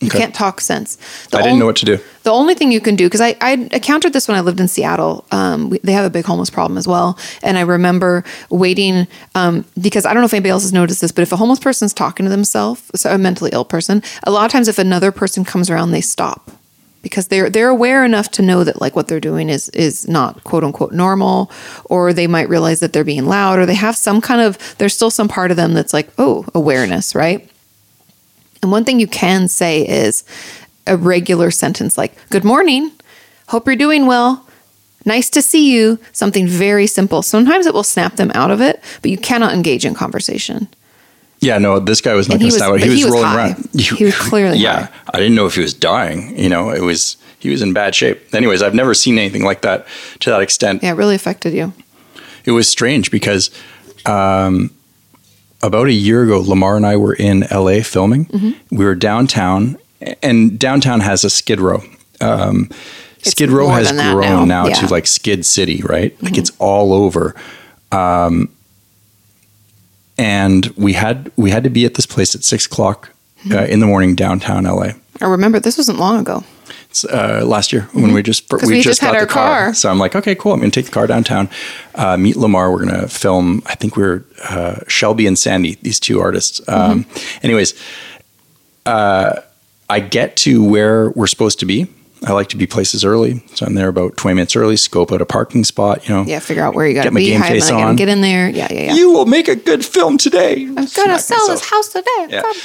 You
Okay.
can't talk sense. The
I didn't know what to do.
The only thing you can do, because I, I encountered this when I lived in Seattle. Um, we, they have a big homeless problem as well. And I remember waiting, um, because I don't know if anybody else has noticed this, but if a homeless person's talking to themselves, so a mentally ill person, a lot of times if another person comes around, they stop because they're they're aware enough to know that like what they're doing is is not quote unquote normal or they might realize that they're being loud or they have some kind of there's still some part of them that's like oh awareness right and one thing you can say is a regular sentence like good morning hope you're doing well nice to see you something very simple sometimes it will snap them out of it but you cannot engage in conversation
yeah, no, this guy was not
And
going
he
to
was-
stop. it.
but
He was
he was
rolling
high.
around. You-
He was clearly
yeah.
high.
I didn't know if he was dying. You know, it was he was in bad shape. Anyways, I've never seen anything like that to that extent.
yeah it really affected you
it was strange because um, about a year ago, Lamar and I were in LA filming.
Mm-hmm.
We were downtown, and downtown has a Skid Row. Um, Skid Row
more
has
than that
grown
now.
now,
Yeah. Mm-hmm.
to like Skid City, right? Like it's all over. Um, and we had we had to be at this place at six o'clock uh,
Mm-hmm.
in the morning downtown LA.
i remember this wasn't long ago
It's, uh, last year when we just we,
Mm-hmm. we
just
just had
got
our
the car.
car.
So I'm like, okay, cool. I'm gonna take the car downtown, uh, meet Lamar. We're gonna film. I think we're uh, Shelby and Sandy, these two artists. Um,
Mm-hmm.
Anyways, uh, I get to where we're supposed to be. I like to be places early, so I'm there about 20 minutes early. Scope out a parking spot. You know,
yeah figure out where you got to
Get my
be
game
how am
face
I gonna
on.
get in there yeah yeah yeah
you will make a good film today.
I'm gonna sell this house today.
Yeah.
Come.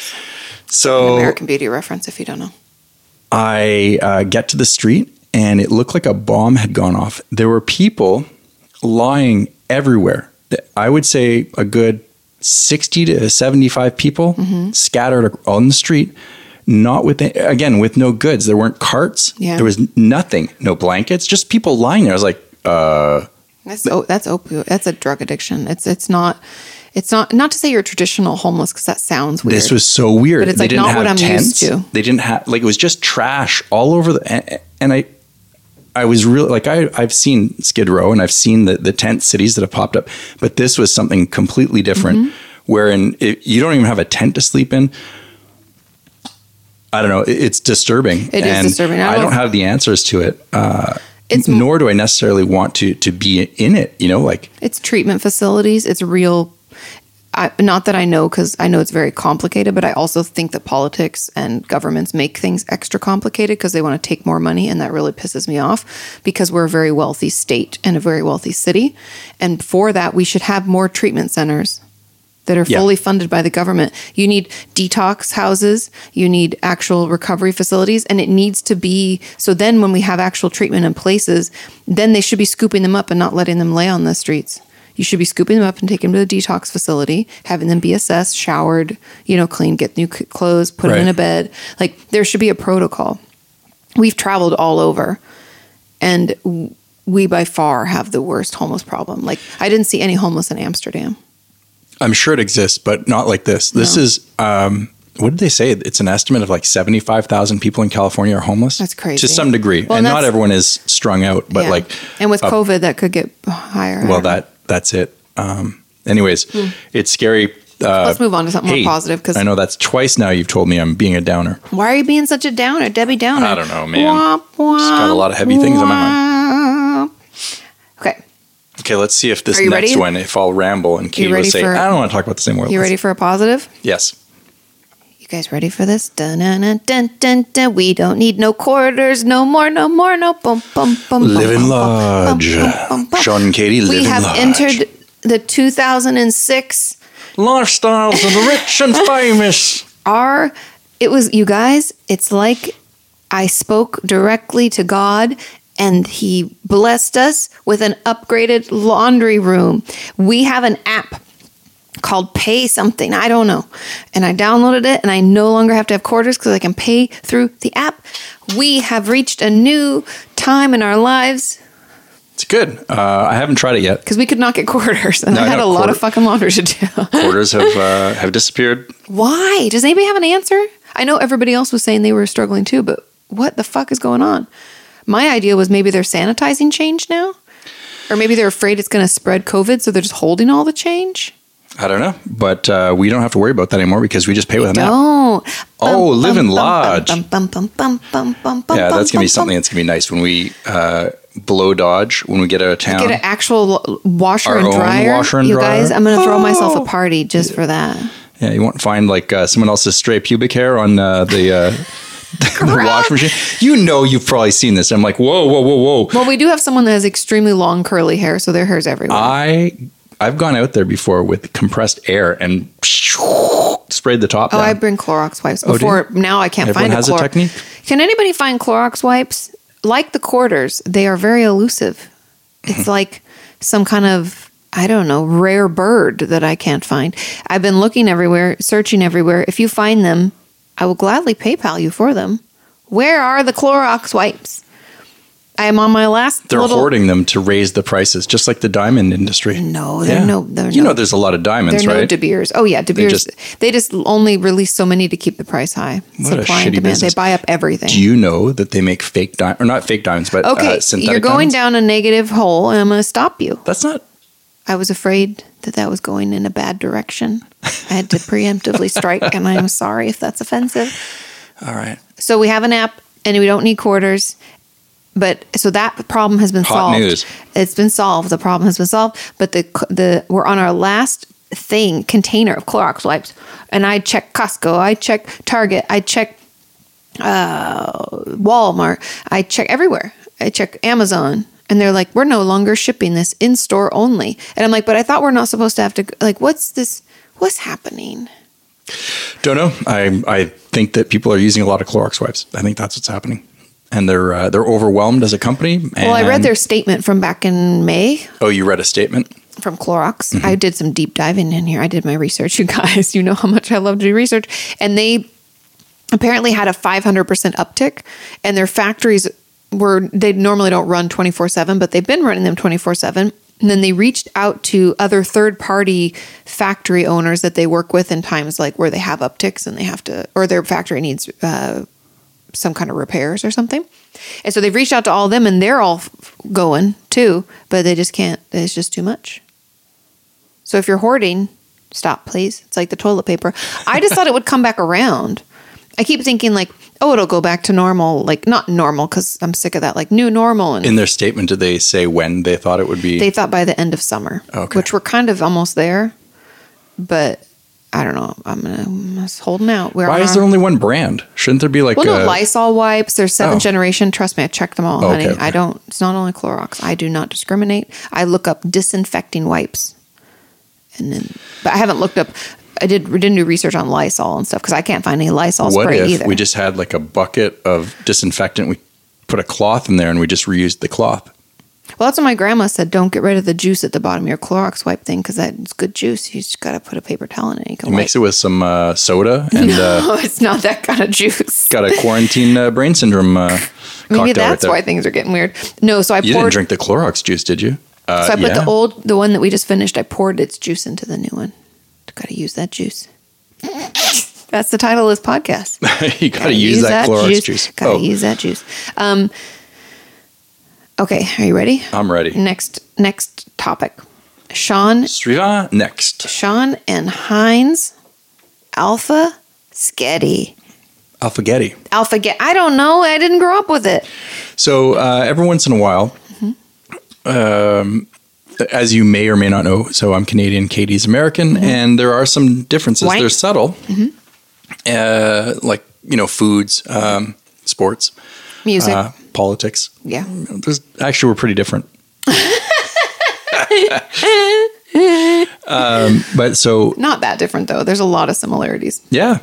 So
American Beauty reference, if you don't know.
I uh, get to the street and it looked like a bomb had gone off. There were people lying everywhere. I would say a good 60 to 75 people scattered on the street, not with, again, with no goods. There weren't carts.
Yeah.
There was nothing, no blankets, just people lying there. I was like,
That's oh, that's opioid. That's a drug addiction. It's it's not. It's not not to say you're traditional homeless because that sounds weird.
This was so weird.
But it's,
they
like,
didn't
not
have
what I'm used
tents.
to.
They didn't have like it was just trash all over the and, and I I was really like I I've seen Skid Row and I've seen the the tent cities that have popped up, but this was something completely different
Mm-hmm.
wherein it, you don't even have a tent to sleep in. I don't know. It- It's disturbing.
It is
and
disturbing. I
I, don't
was-
have the answers to it. Uh,
It's m-
nor do I necessarily want to to be in it. You know, like
it's treatment facilities. It's real. I, not that I know because I know it's very complicated, but I also think that politics and governments make things extra complicated because they want to take more money, and that really pisses me off because we're a very wealthy state and a very wealthy city, and for that we should have more treatment centers that are
Yeah.
fully funded by the government. You need detox houses, you need actual recovery facilities, and it needs to be so then when we have actual treatment in places, then they should be scooping them up and not letting them lay on the streets. You should be scooping them up and taking them to the detox facility, having them be assessed, showered, you know, clean, get new c- clothes, put them in
Right.
a bed. Like there should be a protocol. We've traveled all over and w- we by far have the worst homeless problem. Like I didn't see any homeless in Amsterdam.
I'm sure it exists, but not like this. This is um, what did they say? It's an estimate of like 75,000 people in California are homeless.
That's crazy.
to some degree,
Well,
and
and
not
that's-
everyone is strung out. But
Yeah.
like,
and with
uh,
COVID, that could get higher.
well, that that's it. Um, anyways, it's scary. Uh,
Let's move on to something
hey,
more Hmm. positive. Because
I know that's twice now you've told me I'm being a downer.
why are you being such a downer, Debbie Downer?
I don't know, man.
Womp, womp,
Just got a lot of heavy things on my
mind. Okay,
Okay, let's see if this
Are you
next
ready?
one, if I'll ramble and Katie will
ready
say,
for-
I don't want to talk about this anymore.
you
Let's-
ready for a positive?
Yes.
You guys ready for this? Dun, dun, dun, dun, dun, dun. We don't need no quarters, no more, no more, no bum bum bum. bum,
Living
bum,
large. Sean and Katie,
We
living
have
large.
entered the 2006
Lifestyles of the rich and famous.
our it was you guys it's like i spoke directly to god and he blessed us with an upgraded laundry room we have an app called pay something i don't know and i downloaded it and i no longer have to have quarters because i can pay through the app we have reached a new time in our lives
It's good. Uh, I haven't tried it yet.
because we could not get quarters, and
No,
I
I
had
know,
a lot of
quarter-
fucking laundry to do.
Quarters have uh, have disappeared.
Why? Does anybody have an answer? I know everybody else was saying they were struggling too, but what the fuck is going on? My idea was maybe they're sanitizing change now, or maybe they're afraid it's going to spread COVID, so they're just holding all the change.
I don't know, but uh, we don't have to worry about that anymore because we just pay with an app.
No.
Oh, live and lodge.
Yeah,
Yeah, that's
that's
gonna be something that's gonna be nice when we uh, blow dodge when we get out of town.
Get an actual lo- washer
Our
and
own
dryer.
washer and
you guys,
dryer. Oh.
I'm gonna throw myself a party just for that.
Yeah, you won't find like uh, someone else's stray pubic hair on uh, the. Uh, the wash machine. You know, you've probably seen this. I'm like, whoa, whoa, whoa, whoa.
Well, we do have someone that has extremely long curly hair, so their hair's everywhere.
I I've gone out there before with compressed air and sprayed the top.
Oh,
down.
I bring Clorox wipes
Oh, do you?
before. now I can't
Everyone
find
has a
a Clorox.
technique?
Can anybody find Clorox wipes? Like the quarters, they are very elusive.
Mm-hmm.
It's like some kind of I don't know rare bird that I can't find. I've been looking everywhere, searching everywhere. If you find them, I will gladly PayPal you for them. Where are the Clorox wipes? I am on my last.
They're
little,
hoarding them to raise the prices, just like the diamond industry.
No, they're no. They're
you
no,
know, there's a lot of diamonds,
They're no
right?
De Beers. Oh yeah, De Beers. They
just-
just, only release so many to keep the price high.
What a shitty business.
They buy up everything.
Do you know that they make fake diamonds, or not fake diamonds, but
okay,
uh, synthetic
you're going
diamonds?
down a negative hole, and I'm going to stop you.
That's not.
I was afraid that that was going in a bad direction. I had to preemptively strike, and I'm sorry if that's offensive.
All right.
So we have an app, and we don't need quarters. But so that problem has been
Hot
solved.
news.
It's been solved. The problem has been solved. But the the we're on our last thing container of Clorox wipes, and I check Costco, I check Target, I check uh, Walmart, I check everywhere, I check Amazon, and they're like, we're no longer shipping this in store only. And I'm like, but I thought we're not supposed to have to. Like, what's this? What's happening?
Don't know. I I think that people are using a lot of Clorox wipes. I think that's what's happening, and they're uh, they're overwhelmed as a company.
Well, I read
and-
their statement from back in May
Oh, you read a statement.
from Clorox. I did some deep diving in here. I did my research, you guys. You know how much I love to do research. And they apparently had a 500% uptick, and their factories were, they normally don't run 24 7, but they've been running them 24 7. And then they reached out to other third party factory owners that they work with in times like where they have upticks and they have to, or their factory needs uh, some kind of repairs or something. And so they've reached out to all of them and they're all f- going too, but they just can't, it's just too much. So if you're hoarding, stop, please. It's like the toilet paper. I just thought it would come back around. I keep thinking, like, oh, it'll go back to normal. Like, not normal, because I'm sick of that, like, new normal. And
In their statement, did they say when they thought it would be?
they thought by the end of summer,
Okay.
which we're kind of almost there. But I don't know. I'm going to just holding out. We're
Why
on
is
our-
there only one brand? Shouldn't there be like
well,
a
no, Lysol wipes. There's seventh
Oh.
generation. Trust me, I checked them all,
Oh, okay,
honey.
okay.
I don't. It's not only Clorox. I do not discriminate. I look up disinfecting wipes, and then, but I haven't looked up. I did didn't do research on Lysol and stuff because I can't find any Lysol
what
spray
if
either.
we just had like a bucket of disinfectant we put a cloth in there and we just reused the cloth
well, that's what my grandma said. Don't get rid of the juice at the bottom of your Clorox wipe thing because that's good juice. You just got to put a paper towel in it. and You can
You mix it with some uh, soda and uh,
Oh, it's not that kind of juice.
got a quarantine uh, brain syndrome uh, cocktail
Maybe
right
that's
there
why things are getting weird. No, so I
you didn't
poured.
drink the clorox juice did you uh,
So I put
yeah.
the old, the one that we just finished. I poured its juice into the new one. Got to use that juice. That's the title of this podcast.
you gotta, use, that, clorox juice,
Got to
oh
use that juice. Um, okay, are you ready?
i'm ready
Next, next topic. Sean,
Suivant, next
Sean and Heinz, Alpha Sketty.
alphagetti
Alpha Get. I don't know. I didn't grow up with it.
So uh, every once in a while, um, as you may or may not know, so I'm Canadian, Katie's American,
Mm-hmm.
and there are some differences.
Wank.
They're subtle,
Mm-hmm.
uh, like you know, foods, um, sports,
Music.
uh, politics.
yeah.
There's, actually, we're pretty different. um, but so
Not that different though. There's a lot of similarities.
yeah.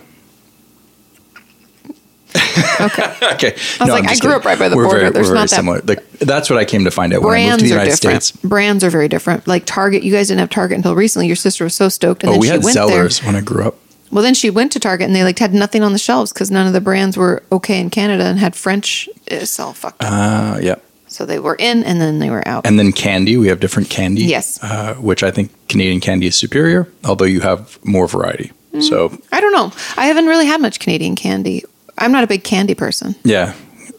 okay. okay.
I was like, I grew up right by the border. There's
we're
not that-
very similar. The- that's what I came to find out when I moved
brands
to the
are
United
different.
States.
Brands are very different. Like Target, you guys didn't have Target until recently. Your sister was so stoked, and
Oh,
then
we
she
had
went
Zellers
there.
when I grew up.
Well, then she went to Target, and they like had nothing on the shelves because none of the brands were okay in Canada and had French. It's eh, all fucked up.
Uh, yeah.
So they were in and then they were out.
And then candy, we have different candy.
Yes.
Uh, which I think Canadian candy is superior, although you have more variety. So,
I don't know. I haven't really had much Canadian candy. I'm not a big candy person.
yeah.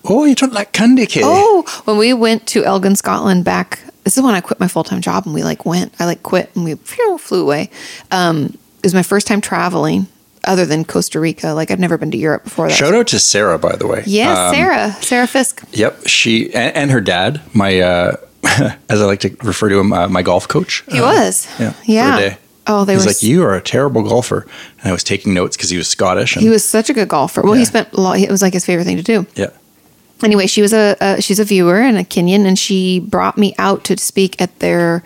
Oh, you don't like candy, kid.
Oh, when we went to Elgin, Scotland back, this is when I quit my full time job and we like went. I like quit and we phew, flew away. Um, it was my first time traveling other than Costa Rica. Like I'd never been to Europe before that.
Shout out to Sarah, by the way.
yeah,
Um,
Sarah, Sarah Fisk.
Yep. She and, and her dad, my, uh, as I like to refer to him, uh, my golf coach.
He was.
Yeah.
Yeah.
For a day.
Oh, they
He's
were
like,
s-
you are a terrible golfer. And I was taking notes because he was Scottish. And,
He was such a good golfer. Well,
Yeah.
he spent a lot. It was like his favorite thing to do.
Yeah.
anyway, she was a, a she's a viewer and a Kenyan, and she brought me out to speak at their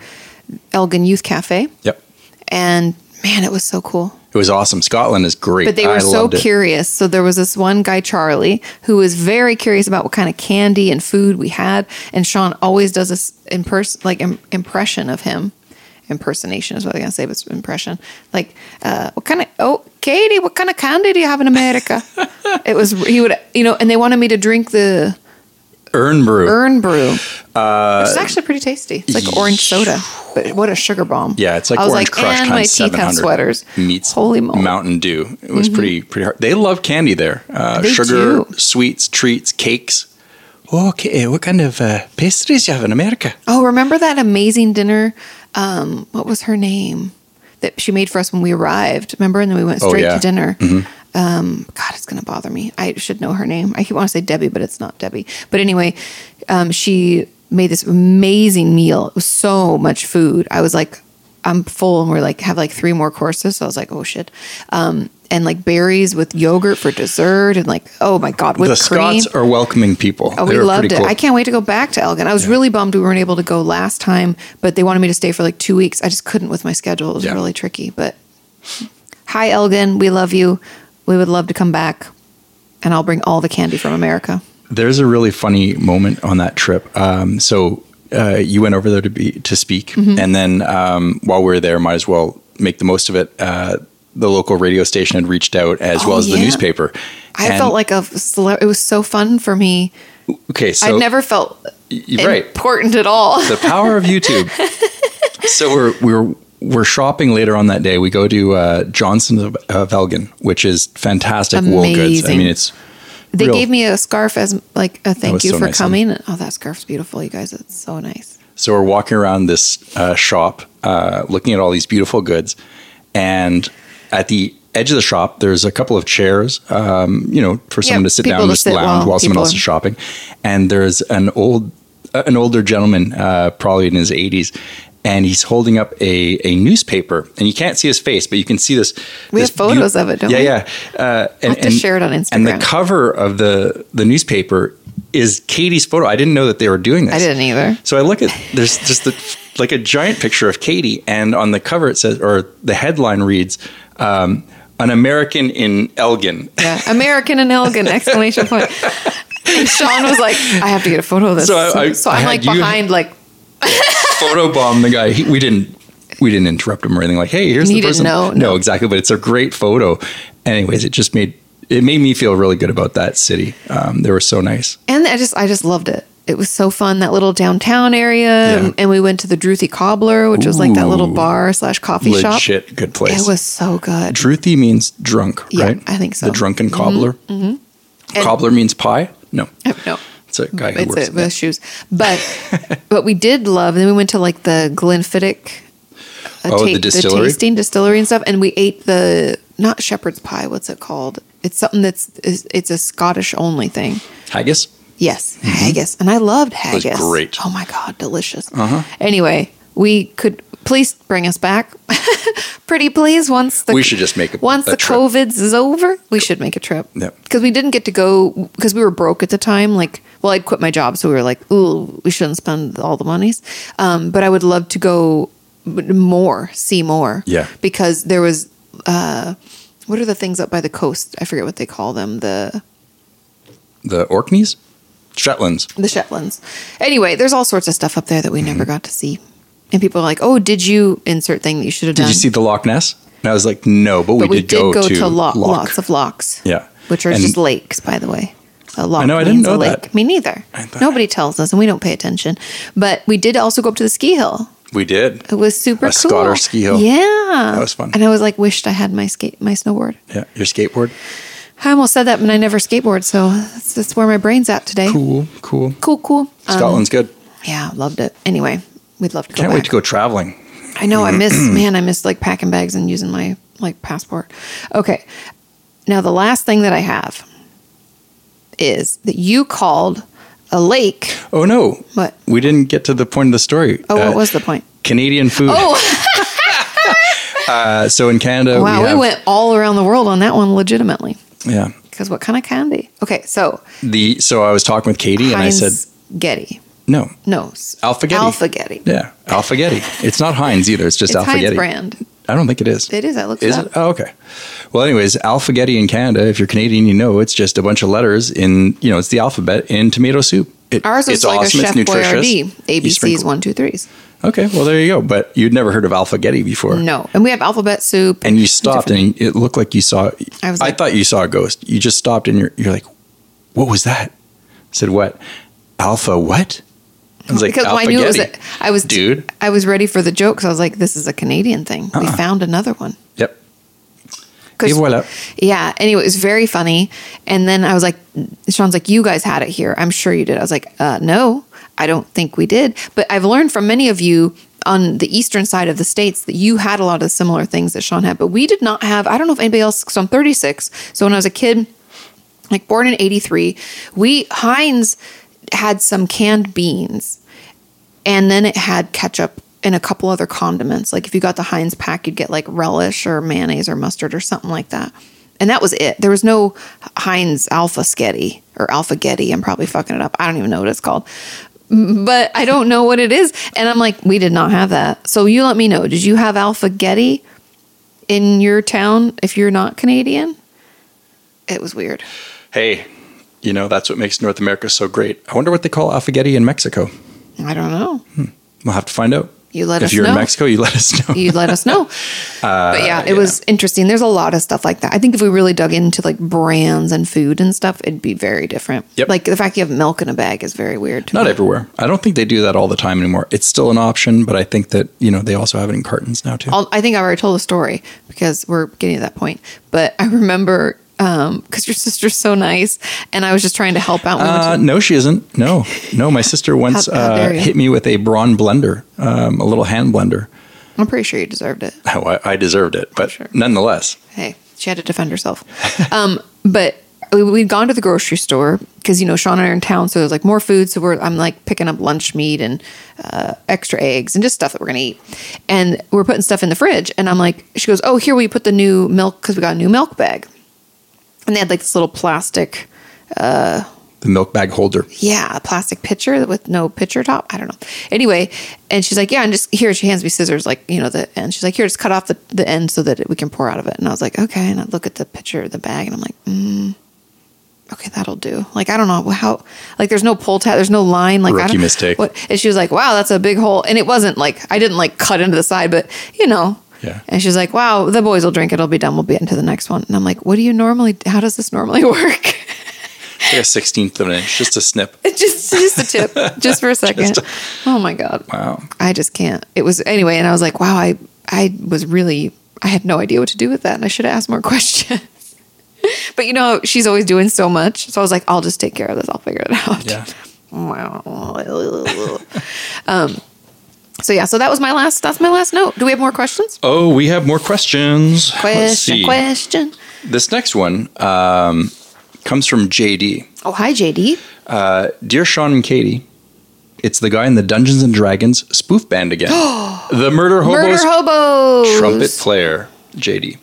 Elgin Youth Cafe,
Yep.
and man, it was so cool.
It was awesome. Scotland is great.
But they were
I
so
loved it.
curious. So there was this one guy, Charlie, who was very curious about what kind of candy and food we had, and Sean always does this impers- like Im- impression of him. Impersonation is what I'm gonna say, but it's impression. Like, uh, what kind of oh, Katie, what kind of candy do you have in America? it was he would you know, and they wanted me to drink the
Urn brew.
Urn brew.
Uh,
it's actually pretty tasty. It's like orange soda, but what a sugar bomb!
Yeah, it's like
I was
Orange
like,
Crush
and
times
my teeth
700
have sweaters.
meets
Holy moly!
Mountain Dew. It was pretty pretty hard. They love candy there. Uh,
Mm-hmm. They
sugar,
do.
sweets, treats, cakes. Oh, Okay, what kind of uh, pastries you have in America?
Oh, remember that amazing dinner? Um, what was her name that she made for us when we arrived? Remember, and then we went
Oh,
straight
yeah.
to dinner. Um, God, it's gonna bother me. I should know her name. I keep want to say Debbie, but it's not Debbie. But anyway, um, she made this amazing meal. It was so much food. I was like, I'm full, and we're like have like three more courses. So I was like, oh shit. Um, and like berries with yogurt for dessert, and like, oh my god, whipped
the
cream.
Scots are welcoming people.
Oh,
They
we
were
loved
pretty
it.
cool.
I can't wait to go back to Elgin. I was really bummed we weren't able to go last time, but they wanted me to stay for like two weeks. I just couldn't with my schedule. It was
Yeah.
really tricky. But hi, Elgin. We love you. We would love to come back, and I'll bring all the candy from America.
There's a really funny moment on that trip. Um, so uh, you went over there to be to speak,
Mm-hmm.
and then um, while we were there, might as well make the most of it. Uh, the local radio station had reached out as
Oh,
well as the
yeah.
newspaper.
I
And-
felt like a cele- it was so fun for me.
okay, so
I never felt
you're right.
important at all.
the power of YouTube. so we're we're we're shopping later on that day. We go to uh, Johnson's of, of Elgin, which is fantastic wool goods. I
Amazing.
mean, it's
They
real-
gave me a scarf as like a thank
was
you
so
for
nice of
coming. Oh, that scarf's beautiful, you guys. It's so nice.
so we're walking around this uh, shop, uh, looking at all these beautiful goods, and at the edge of the shop, there's a couple of chairs, um, you know, for someone to sit
people
down and
to
just
sit
lounge while,
while
someone
people
else
are-
is shopping, and there's an old, uh, an older gentleman, uh, probably in his 80s. And he's holding up a, a newspaper, and you can't see his face, but you can see this.
We
this
have photos of it, don't
yeah,
we?
Yeah, Uh, and,
have to share it on
And the
Instagram.
cover of the the newspaper is Katie's photo. I didn't know that they were doing this.
I didn't either.
So I look at there's just the, like a giant picture of Katie, and on the cover it says, or the headline reads, um, "An American in Elgin."
Yeah, American and Elgin! Exclamation point. And Sean was like, "I have to get a photo of this."
So
So,
I- I- I
I, am
had
like
you-
behind, like
Photobomb the guy. He, we didn't we didn't interrupt him or anything like, "Hey, here's
He
the person."
didn't know,
no. exactly. But it's a great photo. Anyways, it just made it made me feel really good about that city. Um, they were so nice.
and I just, I just loved it. It was so fun that little downtown area,
Yeah.
and we went to the Druthy Cobbler, which was like that little
Ooh.
bar slash coffee shop.
Legit good place.
It was so good.
Truthy means drunk,
Yeah,
right?
I think so. Mm-hmm,
The drunken cobbler.
And-
Cobbler means pie. No,
no,
it's a guy who
it's
works.
it with shoes, but but we did love. Then we went to like the Glenfiddich, uh,
Oh, the distillery?
tasting distillery and stuff, and we ate the not shepherd's pie. What's it called? It's something that's it's, it's a Scottish only thing.
haggis.
Yes, haggis, and I loved
Mm-hmm. was
haggis.
great. Uh-huh.
Oh my god, delicious. Anyway, we could please bring us back, pretty please. Once the
We should just make a-
once
a
the
trip.
COVID's is over, we should make a trip.
Yep.
because we didn't get to go because we were broke at the time. Like, well, I'd quit my job, so we were like, ooh, we shouldn't spend all the monies. Um, but I would love to go m- more, see more.
Yeah.
because there was. Uh, what are the things up by the coast? I forget what they call them. The
The Orkneys, Shetlands.
the Shetlands. Anyway, there's all sorts of stuff up there that we never got to see. And people are like, "Oh, did you insert thing that you should have
Did
done?"
you see the Loch Ness? And I was like, no, but,
but
we, did, go, to,
lo-
Loch.
lots of locks,
yeah,
which are
And
just lakes, by the way. a loch.
I know, I
means
didn't
a
know
lake.
that.
Me neither.
thought-
Nobody tells us, and we don't pay attention. But we did also go up to the ski hill.
We did.
It was super
A
cool.
Scotter ski hill.
Yeah,
That was fun.
And I was like, wished I had my skate, my snowboard.
Yeah, your skateboard.
I almost said that, but I never skateboard, so that's, that's where my brain's at today.
Cool, cool.
cool. cool. Um,
Scotland's good.
yeah, loved it. Anyway, we'd love to.
Can't
go
wait
back.
to go traveling.
I know. I
Mm-hmm.
miss man. I miss like packing bags and using my like passport. Okay. Now the last thing that I have is that you called a lake.
Oh no,
What?
we didn't get to the point of the story.
Oh,
Uh,
what was the point?
Canadian food?
Oh,
Uh, so in Canada,
wow.
we,
We,
have-
went all around the world on that one legitimately.
Yeah,
Because what kind of candy? Okay, so
the so I was talking with Katie and I said
Getty.
no,
No, s-
Alphagetti.
Alphagetti.
yeah, Alphagetti. It's not Heinz either. It's just
It's Heinz
Alphagetti.
brand.
I don't think it is.
It is. I looked
Is
it
it?
up.
Oh, okay. Well, anyways, alphagetti in Canada. If you're Canadian, you know it's just a bunch of letters in you know it's the alphabet in tomato soup. It,
Ours was
it's
like
awesome.
a
It's
Chef
nutritious.
Boyardee.
You
ABC's
sprinkle-
one, two, threes.
Okay, well there you go. But you'd never heard of alphagetti before.
No, and we have alphabet soup.
and you stopped and it looked like you saw
I
I,
was like-
thought you saw a ghost you just stopped and you're, you're like what was that I said what alpha what I was like
because well, I knew it was. A,
"Alphagetti."
I was
dude
I was ready for the joke. So I was like, "This is a Canadian thing. We found another one."
yep
'Cause-
Et voila.
Yeah. Anyway, it was very funny. And then I was like, Sean's like, you guys had it here. I'm sure you did. I was like, uh, no, I don't think we did. But I've learned from many of you on the eastern side of the states that you had a lot of similar things that Sean had, but we did not have. I don't know if anybody else. So I'm 36. So when I was a kid, like born in 83, we Heinz had some canned beans and then it had ketchup and a couple other condiments. Like if you got the Heinz pack, you'd get like relish or mayonnaise or mustard or something like that. And that was it. There was no Heinz Alpha Sketty or Alpha Getty. I'm probably fucking it up. I don't even know what it's called. But I don't know what it is. And I'm like, we did not have that. So you let me know. Did you have Alpha Getty in your town if you're not Canadian? It was weird.
hey you know that's what makes north america so great i wonder what they call alphagetti in mexico
I don't know.
we'll have to find out
You let
if
us
you're in
know.
mexico you let us know
you let us know.
Uh,
but yeah, it was interesting. There's a lot of stuff like that. I think if we really dug into like brands and food and stuff, it'd be very different.
Yep.
Like the fact you have milk in a bag is very weird. to
not
me.
everywhere i don't think they do that all the time anymore it's still an option but i think that you know they also have it in cartons now too
I'll, I think I already told the story because we're getting to that point. But I remember because your sister's so nice, and I was just trying to help out. when we went to-
Uh, no, she isn't. No, no. My sister once
How- how
uh,
dare you.
hit me with a brawn blender, um, a little hand blender.
I'm pretty sure you deserved it.
Oh, I, I deserved it, but
Sure.
nonetheless,
hey, she had to defend herself. Um, but we- we'd gone to the grocery store because you know Sean and I are in town, so there's like more food. So we're I'm like picking up lunch meat and uh, extra eggs and just stuff that we're gonna eat, and we're putting stuff in the fridge. And I'm like, she goes, "Oh, here will you put the new milk because we got a new milk bag." And they had like this little plastic,
the milk bag holder.
yeah, a plastic pitcher with no pitcher top. I don't know. Anyway, and she's like, yeah, and just here. She hands me scissors, like you know the end. She's like, here, just cut off the, the end so that we can pour out of it. And I was like, okay. And I look at the picture, the bag, and I'm like, mm, okay, that'll do. Like I don't know how. Like there's no pull tab, there's no line. Like I
Rookie
don't,
mistake.
What? And she was like, wow, that's a big hole. And it wasn't like I didn't like cut into the side, but you know.
Yeah.
And she's like, wow, the boys will drink it. It'll be done. We'll be into the next one. And I'm like, what do you normally? How does this normally work?
It's like a sixteenth of an inch, just a snip.
just just a tip just for a second oh my god
Wow.
i just can't it was anyway and i was like wow i i was really i had no idea what to do with that and i should have asked more questions but you know she's always doing so much so i was like i'll just take care of this i'll figure it out
Yeah.
Wow. um so yeah so that was my last that's my last note do we have more questions
Oh, we have more questions. Let's
question
see.
question
This next one um, comes from JD.
oh hi jd
Dear Sean and Katie, it's the guy in the Dungeons and Dragons spoof band again. the murder hobos
murder hobos
trumpet player, JD.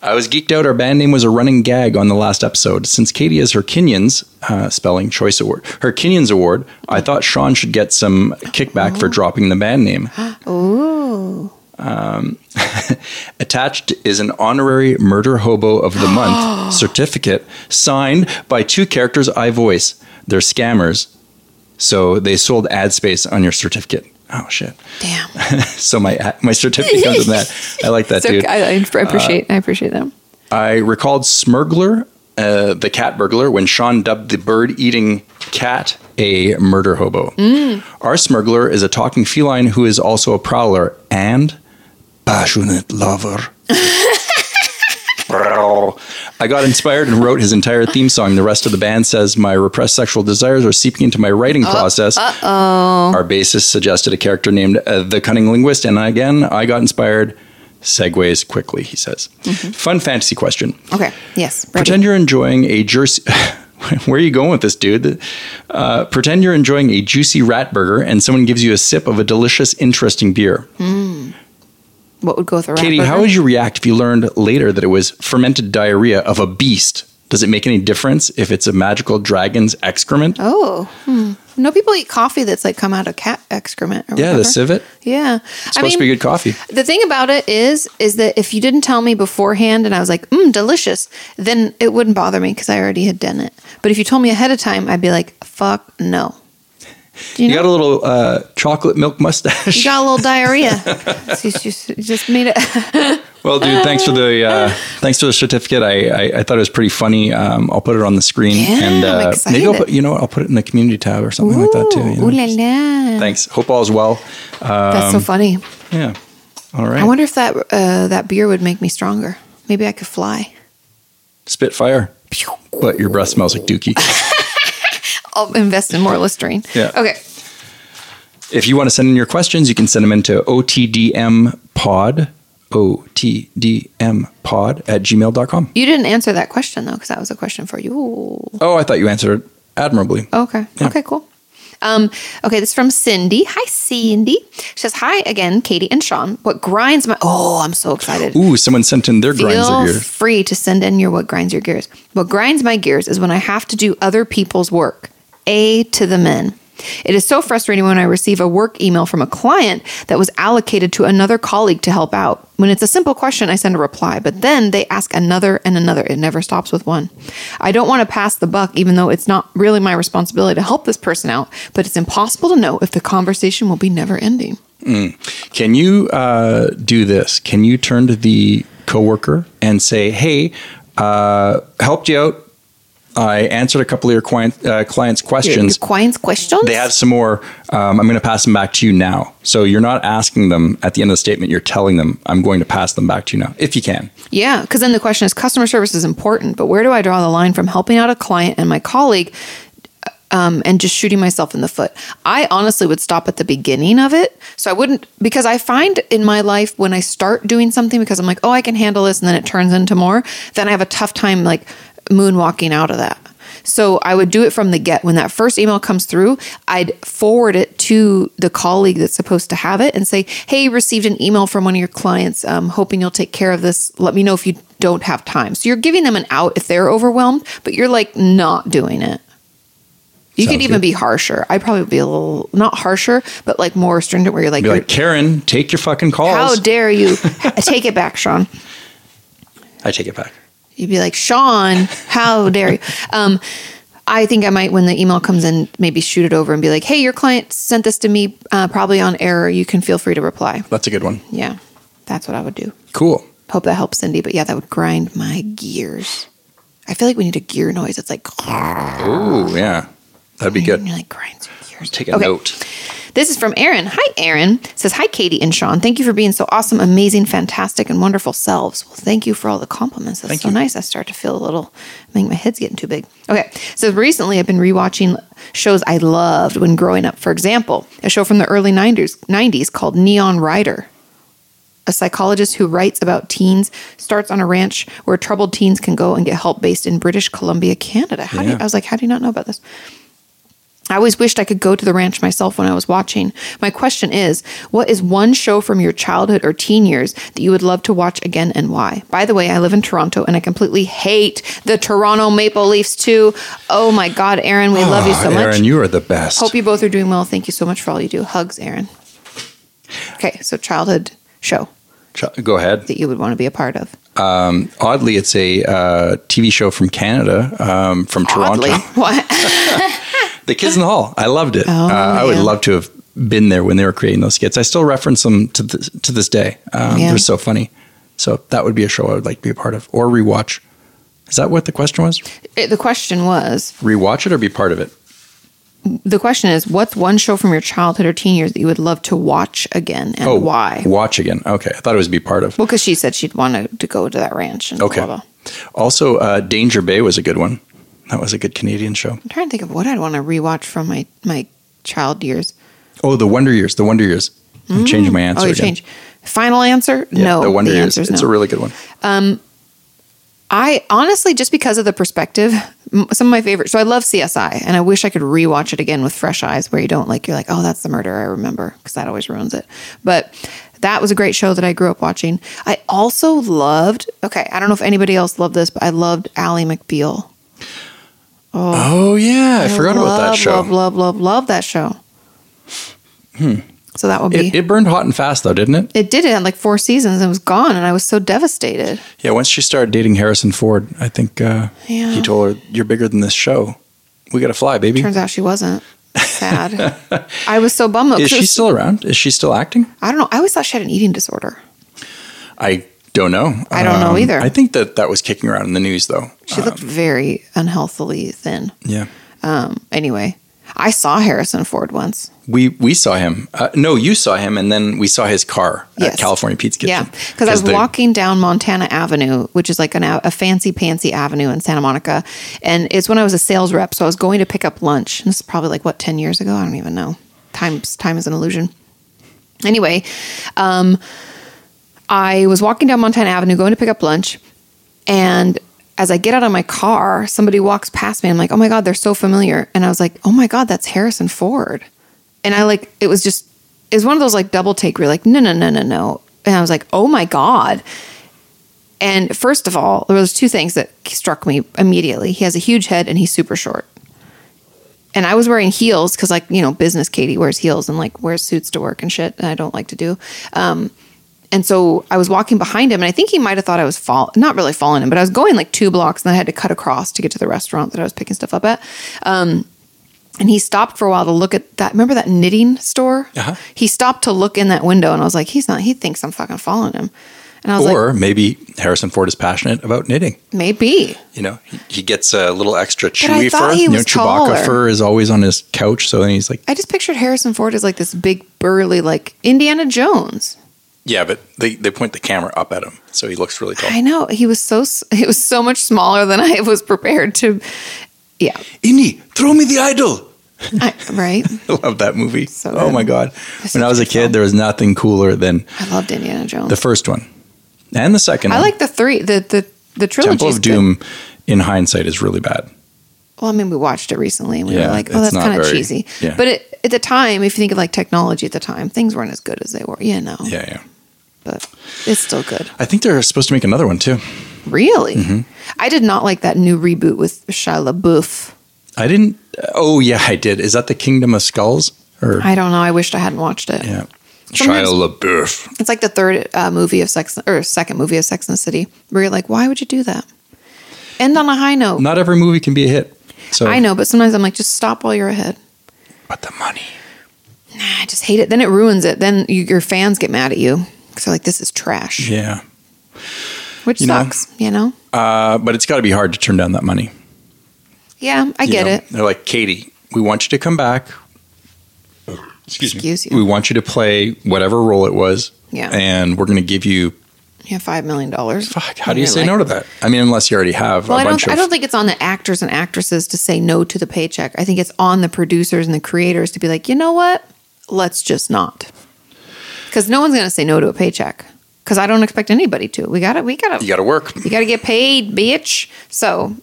I was geeked out. Our band name was a running gag on the last episode. Since Katie is her Kenyans, uh, spelling choice award, her Kenyans award, I thought Sean should get some kickback for dropping the band name. Um,
Ooh.
Attached is an honorary murder hobo of the month certificate signed by two characters I voice. They're scammers, so they sold ad space on your certificate. Oh shit!
damn
So my my certificate comes in that. I like that,
So
dude.
I, I appreciate I appreciate them.
I recalled Smirgler uh, the cat burglar when Sean dubbed the bird eating cat a murder hobo. Our smuggler is a talking feline who is also a prowler and passionate lover. I got inspired and wrote his entire theme song. The rest of the band says my repressed sexual desires are seeping into my writing process. Our bassist suggested a character named uh, the Cunning Linguist, and again, I got inspired. Segues quickly, he says. Fun fantasy question.
Okay. Yes. ready.
Pretend you're enjoying a juicy. Where are you going with this, dude? Uh, pretend you're enjoying a juicy rat burger, and someone gives you a sip of a delicious, interesting beer.
what would go with a rat?
Katie,
burger?
how would you react if you learned later that it was fermented diarrhea of a beast? Does it make any difference if it's a magical dragon's excrement?
Oh, hmm. no! People eat coffee that's like come out of cat excrement. Or
yeah,
whatever.
the civet.
Yeah,
It's supposed to be good coffee.
The thing about it is, is that if you didn't tell me beforehand and I was like, mm, delicious, then it wouldn't bother me because I already had done it. But if you told me ahead of time, I'd be like, fuck no. Do you,
You
know?
got a little uh, chocolate milk mustache.
you got a little diarrhea. She just, just made it.
well, dude, thanks for the
Um,
uh, thanks for the certificate. I, I I thought it was pretty funny. Um, I'll put it on the screen
Yeah,
and
I'm
uh, maybe I'll
excited.
put you know what, I'll put it in the community tab or something like that too. you know,
Ooh la
just-
la.
Thanks. Hope all's well.
That's
Um,
so funny.
Yeah. All right.
I wonder if that uh, that beer would make me stronger. Maybe I could fly.
Spitfire.
Pew.
But your breath smells like dookie.
I'll invest in more Listerine.
Yeah.
Okay.
If you want to send in your questions, you can send them into otdmpod, otdmpod at gmail.com.
You didn't answer that question though, because that was a question for you. Ooh.
Oh, I thought you answered admirably.
Okay. Okay, cool. Um, okay, this is from Cindy. Hi, Cindy. She says, Hi again, Katie and Sean. What grinds my oh, I'm so excited.
Ooh, someone sent in their grinds
Feel
of yours.
free to send in your what grinds your gears. What grinds my gears is when I have to do other people's work. A to the men. It is so frustrating when I receive a work email from a client that was allocated to another colleague to help out. When it's a simple question, I send a reply, but then they ask another and another. It never stops with one. I don't want to pass the buck, even though it's not really my responsibility to help this person out, but it's impossible to know if the conversation will be never ending.
Can you uh, do this? Can you turn to the coworker and say, "Hey, uh, helped you out. I answered a couple of your client, uh, clients' questions.
Quine's questions?
they have some more. Um, I'm going to pass them back to you now. So you're not asking them at the end of the statement. You're telling them, I'm going to pass them back to you now, if you can.
Yeah, because then the question is customer service is important, but where do I draw the line from helping out a client and my colleague um, and just shooting myself in the foot? I honestly would stop at the beginning of it. So I wouldn't, because I find in my life when I start doing something because I'm like, oh, I can handle this, and then it turns into more, then I have a tough time like moonwalking out of that. So I would do it from the get. When that first email comes through, I'd forward it to the colleague that's supposed to have it and say, "Hey, received an email from one of your clients. Um, hoping you'll take care of this. Let me know if you don't have time." So you're giving them an out if they're overwhelmed, but you're like not doing it. You
Sounds
could even
good.
be harsher. I'd probably be a little not harsher, but like more stringent, where you're like,
Be like, Karen, take your fucking calls.
"How dare you take it back, Sean?"
I take it back.
You'd be like, Sean, how dare you? Um, I think I might, when the email comes in, maybe shoot it over and be like, hey, your client sent this to me uh, probably on error. You can feel free to reply.
That's a good one.
Yeah, that's what I would do.
Cool.
Hope that helps, Cindy. But yeah, that would grind my gears. I feel like we need a gear noise. It's like,
Ooh, yeah, that'd be
and
good.
you're like, grinds your gears.
Take a
Okay.
note.
This is from Aaron. Hi, Aaron. Says, Hi, Katie and Sean. Thank you for being so awesome, amazing, fantastic, and wonderful selves. Well, thank you for all the compliments. That's
Thank
so
you.
nice. I start to feel a little, I think my head's getting too big. Okay. So recently I've been rewatching shows I loved when growing up. For example, a show from the early 90s, 90s called Neon Rider. A psychologist who writes about teens starts on a ranch where troubled teens can go and get help based in British Columbia, Canada. How do you,
Yeah.
I was like, how do you not know about this? I always wished I could go to the ranch myself when I was watching. My question is what is one show from your childhood or teen years that you would love to watch again and why? By the way, I live in Toronto and I completely hate the Toronto Maple Leafs too. Oh my God, Aaron, we love you so much.
Aaron, Ah, you are the best.
Hope you both are doing well. Thank you so much for all you do. Hugs, Aaron. Okay, so childhood show
Ch- Go ahead.
that you would want to be a part of.
Oddly, it's a uh, TV show from Canada, um, from Toronto.
Oddly. What?
The Kids in the Hall. I loved it. uh, I would
Oh, yeah.
love to have been there when they were creating those skits. I still reference them to this, to this day. Um,
Yeah.
They're so funny. So that would be a show I would like to be a part of or rewatch. Is that what the question was?
It, the question was
Rewatch it or be part of it?
the question is what's one show from your childhood or teen years that you would love to watch again and why?
Oh, Watch again. Okay. I thought it was be part of.
Well, because she said she'd want to go to that ranch. And
Okay.
Blah, blah.
Also, uh, Danger Bay was a good one. That was a good Canadian show.
I'm trying to think of what I'd want to rewatch from my my child years.
Oh, The Wonder Years. The Wonder Years. I'm changing my answer.
oh, you
again.
change. Final answer?
Yeah,
no.
The Wonder Years.
answer is
It's
no.
a really good one.
I honestly, just because of the perspective, m- some of my favorite. So I love CSI, and I wish I could rewatch it again with fresh eyes, where you don't like you're like, oh, that's the murder I remember, because that always ruins it. But that was a great show that I grew up watching. I also loved. Okay, I don't know if anybody else loved this, but I loved Ally McBeal.
Oh, yeah. I, forgot
love,
about that show.
Love, love, love, love that show. Hmm. So that would be.
Hmm. It,
It,
it burned hot and fast, though, didn't it?
did it in like four seasons and it was gone, and I was so devastated.
Yeah. Once she started dating Harrison Ford, I think uh,
Yeah.
he told her, You're bigger than this show. We got to fly, baby.
Turns out she wasn't. Sad. I was so bummed. 'cause
Is
it
she
was-
still around? Is she still acting?
I don't know. I always thought she had an eating disorder.
I don't know. Um,
I don't know either.
I think that that was kicking around in the news, though. Uh,
She looked very unhealthily thin.
Yeah.
Um, anyway, I saw Harrison Ford once.
We we saw him. Uh, no, you saw him, and then we saw his car
Yes.
at California Pizza Kitchen.
Yeah, because I was
the-
walking down Montana Avenue, which is like an, a a fancy pantsy avenue in Santa Monica, and it's when I was a sales rep. So I was going to pick up lunch. And this is probably like what ten years ago. I don't even know. Time's time is an illusion. Anyway, um, I was walking down Montana Avenue going to pick up lunch, and as I get out of my car, somebody walks past me. I'm like, oh my god, they're so familiar. And I was like, oh my god, that's Harrison Ford. And I like, it was just, it was one of those like double take where you're like, no, no, no, no, no. And I was like, oh my god. And first of all, there was two things that struck me immediately. He has a huge head and he's super short. And I was wearing heels because, like, you know, business Katie wears heels and like wears suits to work and shit, and I don't like to do. Um, and so I was walking behind him, and I think he might have thought I was fall not really following him, but I was going like two blocks, and I had to cut across to get to the restaurant that I was picking stuff up at. Um, and he stopped for a while to look at that. Remember that knitting store?
Uh-huh.
He stopped to look in that window, and I was like, "He's not. He thinks I'm fucking following him." And I was like,
Or maybe Harrison Ford is passionate about knitting.
Maybe.
You know, he, he gets a little extra
I
chewy
thought
fur.
he
you know,
was
Chewbacca
taller.
fur is always on his couch, so then he's like,
I just pictured Harrison Ford as like this big burly like Indiana Jones.
"Yeah," but they, they point the camera up at him, so he looks really tall.
I know he was so s- he was so much smaller than I was prepared to. Yeah,
Indy, throw me the idol.
I, right.
I love that movie.
So
oh
good.
my god!
That's
When I was a
such a
kid,
film.
there was nothing cooler than
I loved Indiana Jones.
the first one and the second.
I
one.
like the three the the the trilogy.
Temple of Doom. In hindsight, is really bad.
Well, I mean, we watched it recently and we
Yeah,
were like, oh,
it's
that's
not
kind of
very-
cheesy.
yeah.
But it, at the time, if you think of like technology at the time, things weren't as good as they were. You know.
Yeah, yeah.
But it's still good.
I think they're supposed to make another one too.
Really.
Mm-hmm.
I did not like that new reboot with Shia LaBeouf.
I didn't. Oh yeah, I did. Is that the Kingdom of Skulls? Or
I don't know. I wished I hadn't watched it.
yeah, Shia
Sometimes-
LaBeouf.
It's like the third uh, movie of Sex or second movie of Sex and the City, where you're like, why would you do that? End on a high note.
Not every movie can be a hit. So
I know, but sometimes I'm like, just stop while you're ahead.
But the money.
Nah, I just hate it. Then it ruins it. Then you, your fans get mad at you because they're like, this is trash,
Yeah,
which
You know?
sucks. You know?
uh, but it's got to be hard to turn down that money.
Yeah, I
you
get
know?
it.
They're like, Katie, we want you to come back. Excuse,
Excuse
me.
you.
We want you to play whatever role it was.
Yeah.
And we're going to give you,
You have five million dollars.
fuck, how do you say no to that? I mean, unless you already have
Well,
a
I
bunch
don't. I
of.
don't think it's on the actors and actresses to say no to the paycheck. I think it's on the producers and the creators to be like, you know what? Let's just not, because no one's going to say no to a paycheck. Because I don't expect anybody to. We got to. We got to.
you got to work.
You got to get paid, bitch. So,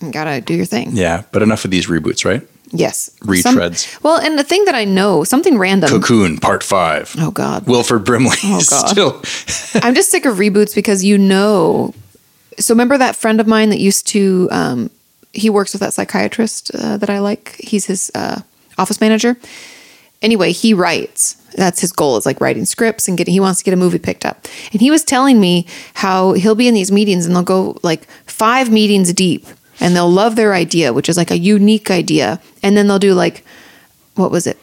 you got to do your thing.
Yeah. But enough of these reboots, right?
Yes.
Retreads.
Some- well, and the thing that I know, something random.
Cocoon Part 5.
Oh God.
Wilford Brimley
Oh,
is
God.
still.
I'm just sick of reboots because you know. So remember that friend of mine that used to. Um, he works with that psychiatrist uh, that I like. He's his uh, office manager. Anyway, he writes. That's his goal is like writing scripts and getting. He wants to get a movie picked up. And he was telling me how he'll be in these meetings and they'll go like five meetings deep and they'll love their idea, which is like a unique idea, and then they'll do like what was it,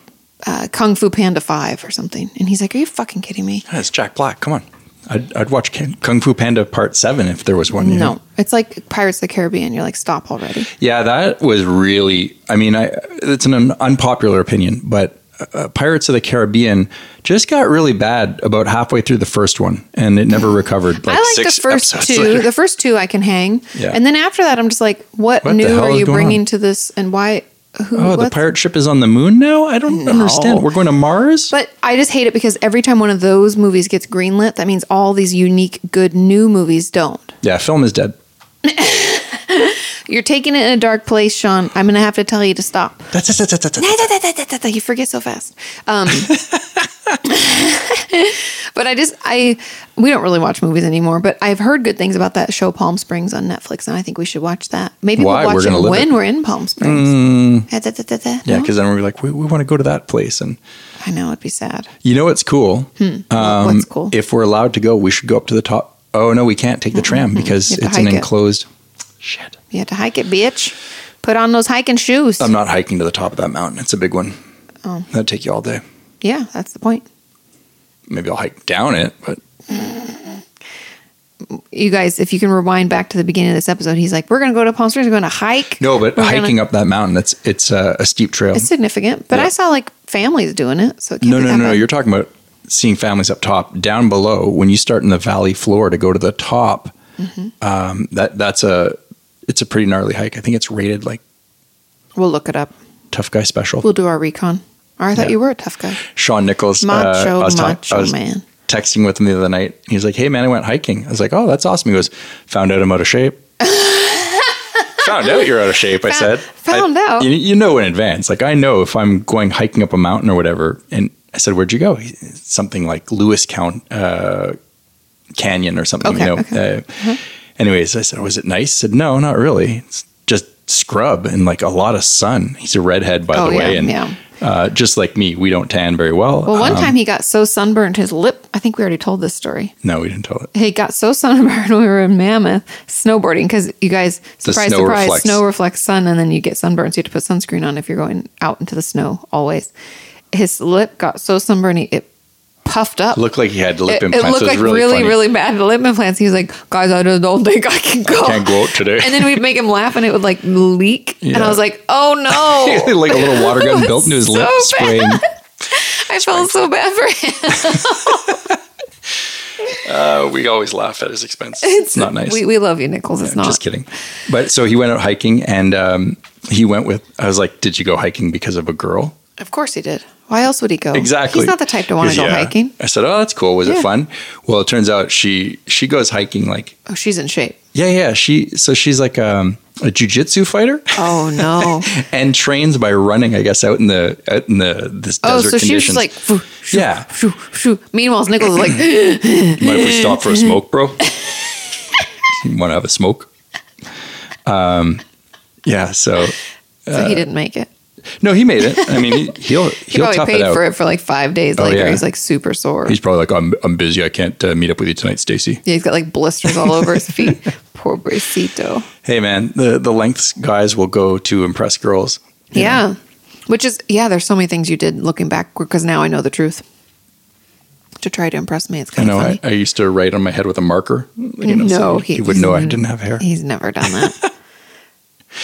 uh, Kung Fu Panda Five or something. And he's like, "Are you fucking kidding me?"
It's Jack Black. Come on. I'd, I'd watch Ken- Kung Fu Panda Part Seven if there was one. you know?
No, it's like Pirates of the Caribbean. You're like, stop already.
Yeah, that was really. I mean, I it's an un- unpopular opinion, but uh, Pirates of the Caribbean just got really bad about halfway through the first one, and it never recovered.
I like
six
the first
episodes
two.
later.
The first two I can hang,
Yeah.
and then after that, I'm just like,
What
what,
the
new
hell
are
is
you
going
bringing
on?
to this, and why? Who?
oh, the
what's-
pirate ship is on the moon now. I don't understand. We're going to Mars.
But I just hate it because every time one of those movies gets greenlit, that means all these unique, good new movies don't.
yeah, film is dead.
You're taking it in a dark place, Sean. I'm going to have to tell you to stop.
That's it. That's it. That's it.
You forget so fast. Um, but I just I we don't really watch movies anymore. But I've heard good things about that show Palm Springs on Netflix, and I think we should watch that. Maybe
Why?
we'll
We're
watch
gonna
it
live
when
it. Mm.
we're in Palm Springs.
Yeah, because then we're like, we, we want to go to that place, and
I know it'd be sad.
you know what's cool?
What's cool?
If we're allowed to go, we should go up to the top. Oh no, we can't take the tram because
You have to
it's an
hike it.
enclosed. Shit.
you had to hike it, bitch. Put on those hiking shoes.
I'm not hiking to the top of that mountain. It's a big one. Oh. That'd take you all day.
yeah, that's the point.
Maybe I'll hike down it, but
you guys, if you can rewind back to the beginning of this episode, he's like, "We're going to go to Palm Springs. We're going to hike."
no. But
We're
hiking
gonna-
up that mountain, it's it's uh, a steep trail.
it's significant. But
Yeah.
I saw like families doing it, so it can't
No,
be
no,
that
no, no.
bad.
You're talking about seeing families up top. Down below, when you start in the valley floor to go to the top,
Mm-hmm.
um, that that's a it's a pretty gnarly hike. I think it's rated like
We'll look it up.
tough guy special.
We'll do our recon. Or I thought
Yeah.
you were a tough guy,
Sean Nichols, uh,
macho,
I was talk-
macho
I was
man.
texting with him the other night. He was like, "Hey man, I went hiking." I was like, "Oh, that's awesome." He goes, "Found out I'm out of shape." found out you're out of shape. I said.
found
I-
out.
You, you know in advance. Like I know if I'm going hiking up a mountain or whatever. And I said, "Where'd you go?" He, something like Lewis Count uh, Canyon or something.
Okay,
you know.
okay. Uh-huh.
Uh, Anyways, I said, "Was it nice?" He said, "No, not really. It's just." Scrub and like a lot of sun. He's a redhead, by
Oh,
the way,
yeah,
and
yeah.
Uh, just like me, we don't tan very well.
Well, one
Um,
time he got so sunburned, his lip. I think we already told this story.
no, we didn't tell it.
He got so sunburned when we were in Mammoth snowboarding because you guys surprise,
snow
surprise,
reflects.
snow reflects sun, and then you get sunburned. So you have to put sunscreen on if you're going out into the snow. Always, his lip got so sunburned he- it puffed up.
Looked like he had lip
it, it
implants.
looked like
was really,
really, really,
funny.
bad lip implants. He was like, guys, I just don't think I can go.
can't go out today.
And then we'd make him laugh and it would like leak. And
Yeah.
I was like, oh no.
like a little water gun
It
built into his
was
lip,
so bad.
spraying.
I felt so bad for him.
Uh, we always laugh at his expense. It's not nice.
We, we love you, Nichols. It's not.
Just kidding. But so he went out hiking, and um, he went with. I was like, "Did you go hiking because of a girl?"
Of course he did. Why else would he go?
Exactly.
He's not the type to want to
He
go
goes, "Yeah."
hiking.
I said, "Oh, that's cool. Was
Yeah.
it fun?" Well, it turns out she she goes hiking like
Oh, she's in shape.
yeah yeah she so she's like um, a jujitsu fighter.
Oh no.
and trains by running, I guess, out in the out in the this
oh,
desert
so she was
conditions.
just like, "Phew, shoo,
Yeah.
shoo, shoo." Meanwhile, Nichols was like,
Mind if we stop for a smoke, bro? you want to have a smoke? Um, yeah. So
so he didn't make it.
no, he made it. I mean, he, he'll
He
Uh, he'll
probably
tough it
paid
out.
for it for like five days
Oh,
later.
yeah.
He's like super sore.
He's probably like, I'm I'm busy. I can't uh, meet up with you tonight, Stacy.
Yeah, he's got like blisters all over his feet. Pobrecito.
Hey, man, the the lengths guys will go to impress girls.
Yeah. Which is, yeah, there's so many things you did looking back because now I know the truth. To try to impress me, it's
I
kind
know.
of
I,
funny.
I used to write on my head with a marker. You know,
No,
so
he-
he, would know I didn't have hair.
He's never done that.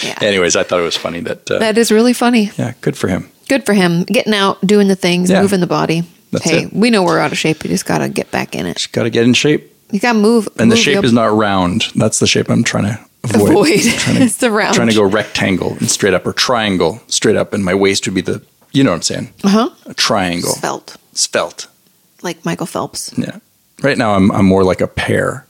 yeah.
Anyways, I thought it was funny that. Uh,
that is really funny.
yeah, good for him.
Good for him. Getting out, doing the things,
Yeah.
moving the body.
That's
hey,
it.
we know we're out of shape. You just got to get back in it.
Just got to get in shape,
You got to move.
and the
move
shape
your
is not round. That's the shape I'm trying to avoid.
void. it's the round.
trying to go rectangle and straight up or triangle straight up and my waist would be the you know what i'm saying
Uh huh.
a triangle
Svelte,
svelte
like Michael Phelps.
yeah right now i'm, I'm more like a pear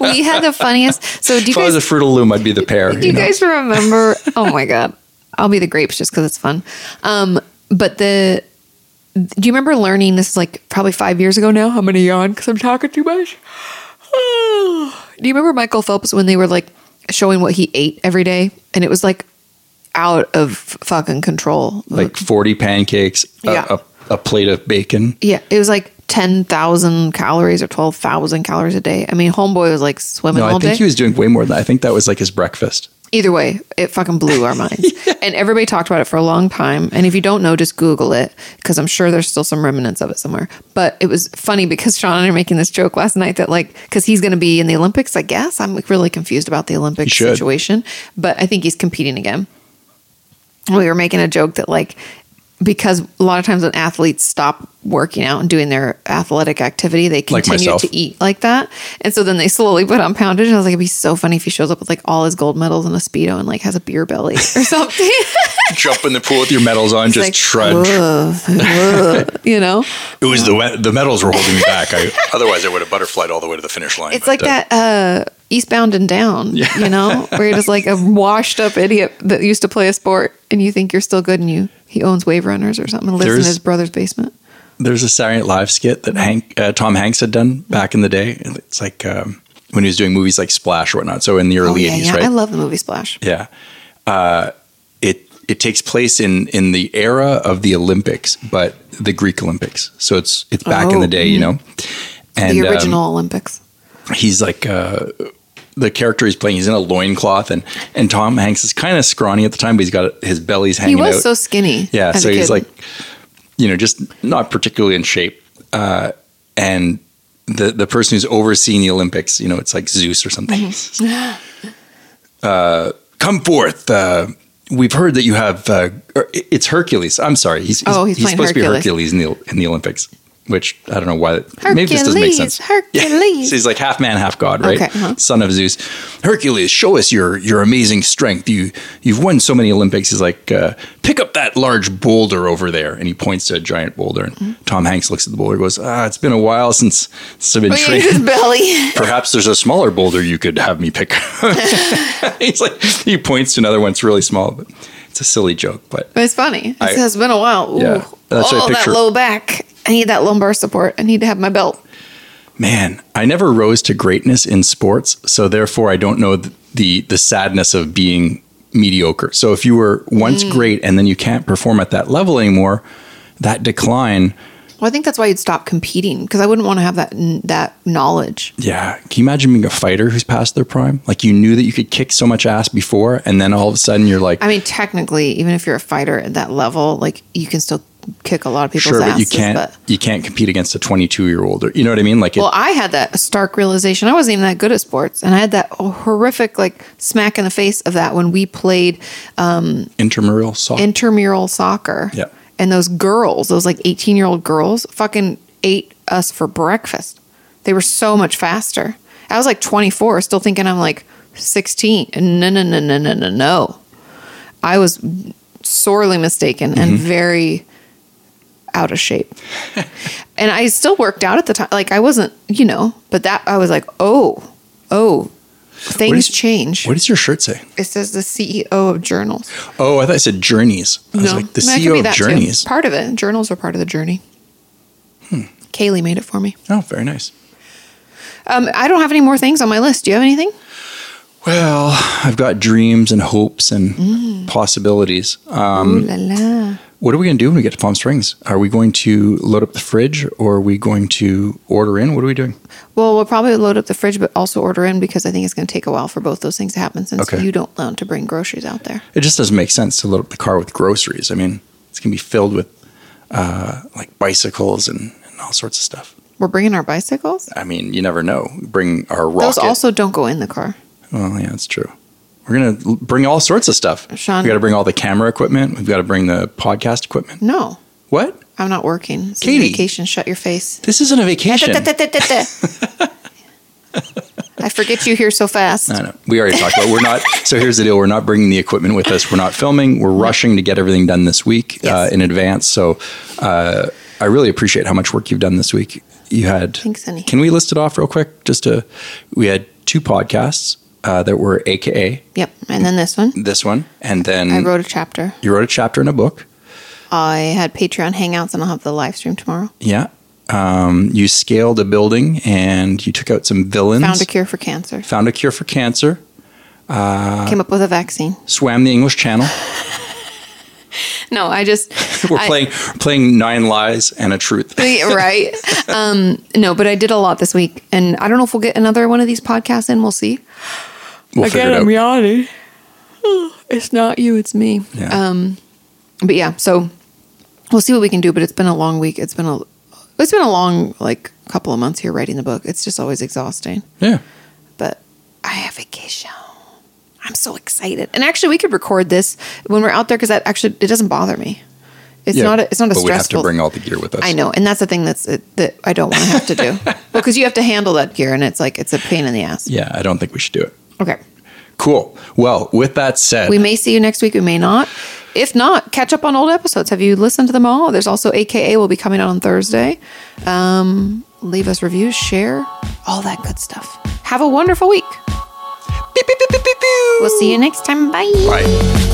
we had the funniest. So, do you
if i
guys
was a fruit loom i'd be the pear
Do you guys remember? oh my god, I'll be the grapes just because it's fun. Um, but the do you remember learning this is like probably five years ago now? I'm gonna yawn because I'm talking too much. do you remember Michael Phelps when they were like showing what he ate every day, and it was like out of fucking control?
like 40 pancakes a,
Yeah.
a, a plate of bacon
yeah, it was like. 10,000 calories or 12,000 calories a day. I mean, homeboy was like swimming
no i
all
think
day.
he was doing way more than that i think that was like his breakfast
Either way, it fucking blew our minds. And everybody talked about it for a long time. And if you don't know, just Google it because I'm sure there's still some remnants of it somewhere. But it was funny because Sean and I are making this joke last night that, like, because he's going to be in the Olympics, I guess. I'm like, really confused about the Olympic
should.
situation, but I think he's competing again. We were making a joke that, like, because a lot of times when athletes stop working out and doing their athletic activity, they
Like
continue
myself.
to eat like that. And so then they slowly put on poundage. And I was like, it'd be so funny if he shows up with like all his gold medals in a Speedo and like has a beer belly or something.
Jump in the pool with your medals on, just
like,
trudge.
"Ugh, ugh," you know?
It was the we- the medals were holding me back. I, otherwise, I would have butterflied all the way to the finish line.
It's
but,
like
uh,
that uh, Eastbound and Down, you know, where you're just like a washed up idiot that used to play a sport and you think you're still good and you he owns Wave Runners or something and lives in
There's-
his brother's basement.
There's a Saturday Night Live skit that Hank uh, Tom Hanks had done back in the day. And It's like um, when he was doing movies like Splash or whatnot. So in the
Oh,
early
yeah,
80s,
yeah.
right?
I love the movie Splash.
Yeah. Uh, it it takes place in in the era of the Olympics, but the Greek Olympics. So it's it's back in
Oh.
the day, you know. And
the
um,
original Olympics.
he's like uh, the character he's playing. He's in a loincloth, and and Tom Hanks is kind of scrawny at the time, but he's got his belly's
He
hanging
was
out.
so skinny.
Yeah,
as
so
a
he's
kid.
like, you know, just not particularly in shape. Uh, and the the person who's overseeing the Olympics, you know, it's like Zeus or something. uh,
Mm-hmm.
come forth. Uh, we've heard that you have. Uh, or it- it's Hercules. I'm sorry. He's, he's,
Oh, he's playing
supposed to be
Hercules.
Hercules in the in the Olympics, which I don't know why. Maybe this doesn't make sense.
Hercules, Hercules.
So he's like half man, half god, right?
Okay, uh-huh.
Son of Zeus. Hercules, show us your your amazing strength. You you've won so many Olympics. He's like, uh, pick up that large boulder over there, and he points to a giant boulder. And Tom Hanks looks at the boulder, and goes, Ah, it's been a while since, since I've been
Look at
training.
his belly.
Perhaps there's a smaller boulder you could have me pick. up." he's like, he points to another one. It's really small, but it's a silly joke. But
But it's funny.
I-
It has been a while. Ooh,
Yeah, that's what I
oh, that
picture.
low back. I need that lumbar support. I need to have my belt.
man, I never rose to greatness in sports, so therefore I don't know th- the the sadness of being mediocre. So if you were
Mm.
once great and then you can't perform at that level anymore, that decline,
Well, I think that's why you'd stop competing because I wouldn't want to have that that knowledge.
yeah. Can you imagine being a fighter who's past their prime? Like you knew that you could kick so much ass before, and then all of a sudden you're like,
I mean, technically, even if you're a fighter at that level, like you can still kick a lot of people's
sure,
asses.
but you can't you can't compete against a 22 year old, or you know what I mean? Like, it,
Well, I had that stark realization. I wasn't even that good at sports, and I had that horrific like smack in the face of that when we played
intramural soccer.
intramural soccer.
Yeah.
And those girls, those like 18 year old girls, fucking ate us for breakfast. They were so much faster. I was like 24, still thinking I'm like 16. No, no, no, no, no, no, no. I was sorely mistaken and
Mm-hmm.
very out of shape. and I still worked out at the time. Like I wasn't, you know, but that I was like, oh, oh,
is-
things change.
what does your shirt say?
It says the CEO of journals.
Oh, I thought it said journeys. I was like, the
I mean, it could be
CEO of
that too.
journeys. Hmm.
Part of it. Journals are part of the journey. Kaylee made it for me.
Oh, very nice.
Um, I don't have any more things on my list. Do you have anything?
Well, I've got dreams and hopes and
Mm.
possibilities. Uh,
Ooh la la.
what are we going to do when we get to Palm Springs? Are we going to load up the fridge or are we going to order in? What are we doing?
Well, we'll probably load up the fridge, but also order in because I think it's going to take a while for both those things to happen since
Okay.
you don't want to bring groceries out there.
It just doesn't make sense to load up the car with groceries. I mean, it's going to be filled with uh, like bicycles and, and all sorts of stuff.
We're bringing our bicycles.
I mean, you never know. Bring our
Those
rocket.
also don't go in the car.
well, yeah, that's true. We're going to bring all sorts of stuff.
Sean-
we got to bring all the camera equipment. We've got to bring the podcast equipment.
No,
What?
I'm not working. This is
Katie.
vacation. Shut your face.
This isn't a vacation.
I forget you here so fast.
I know. We already talked about we're not. So here's the deal: we're not bringing the equipment with us. We're not filming. We're rushing to get everything done this week uh,
Yes.
in advance. So uh, I really appreciate how much work you've done this week. You had.
Thanks, honey.
Can we list it off real quick? Just to, we had two podcasts uh, that were AKA
Yep. And then this one.
this one, and then
I wrote a chapter.
you wrote a chapter in a book.
I had Patreon hangouts and I'll have the live stream tomorrow.
Yeah. Um, you scaled a building and you took out some villains.
Found a cure for cancer.
found a cure for cancer.
Came up with a vaccine.
Swam the English Channel.
No, I just
We're
I-
playing playing nine lies and a truth.
right. Um, no, but I did a lot this week, and I don't know if we'll get another one of these podcasts in. We'll see.
We'll figure it out.
yawning. It's not you, it's me.
Yeah.
Um, but yeah, so we'll see what we can do. But it's been a long week. It's been a it's been a long like couple of months here writing the book. It's just always exhausting.
yeah.
But I have vacation. I'm so excited. And actually, we could record this when we're out there because that actually it doesn't bother me. It's
Yeah,
not a, it's not a
but we
stressful.
have to bring all the gear with us.
I know, and that's the thing that's it, that I don't want to have to do. well, because you have to handle that gear, and it's like it's a pain in the ass.
Yeah, I don't think we should do it.
Okay,
Cool. Well, with that said,
we may see you next week. We may not. If not, catch up on old episodes. Have you listened to them all? There's also AKA will be coming out on Thursday. Um, leave us reviews, share, all that good stuff. Have a wonderful week. We'll see you next time. Bye.
bye.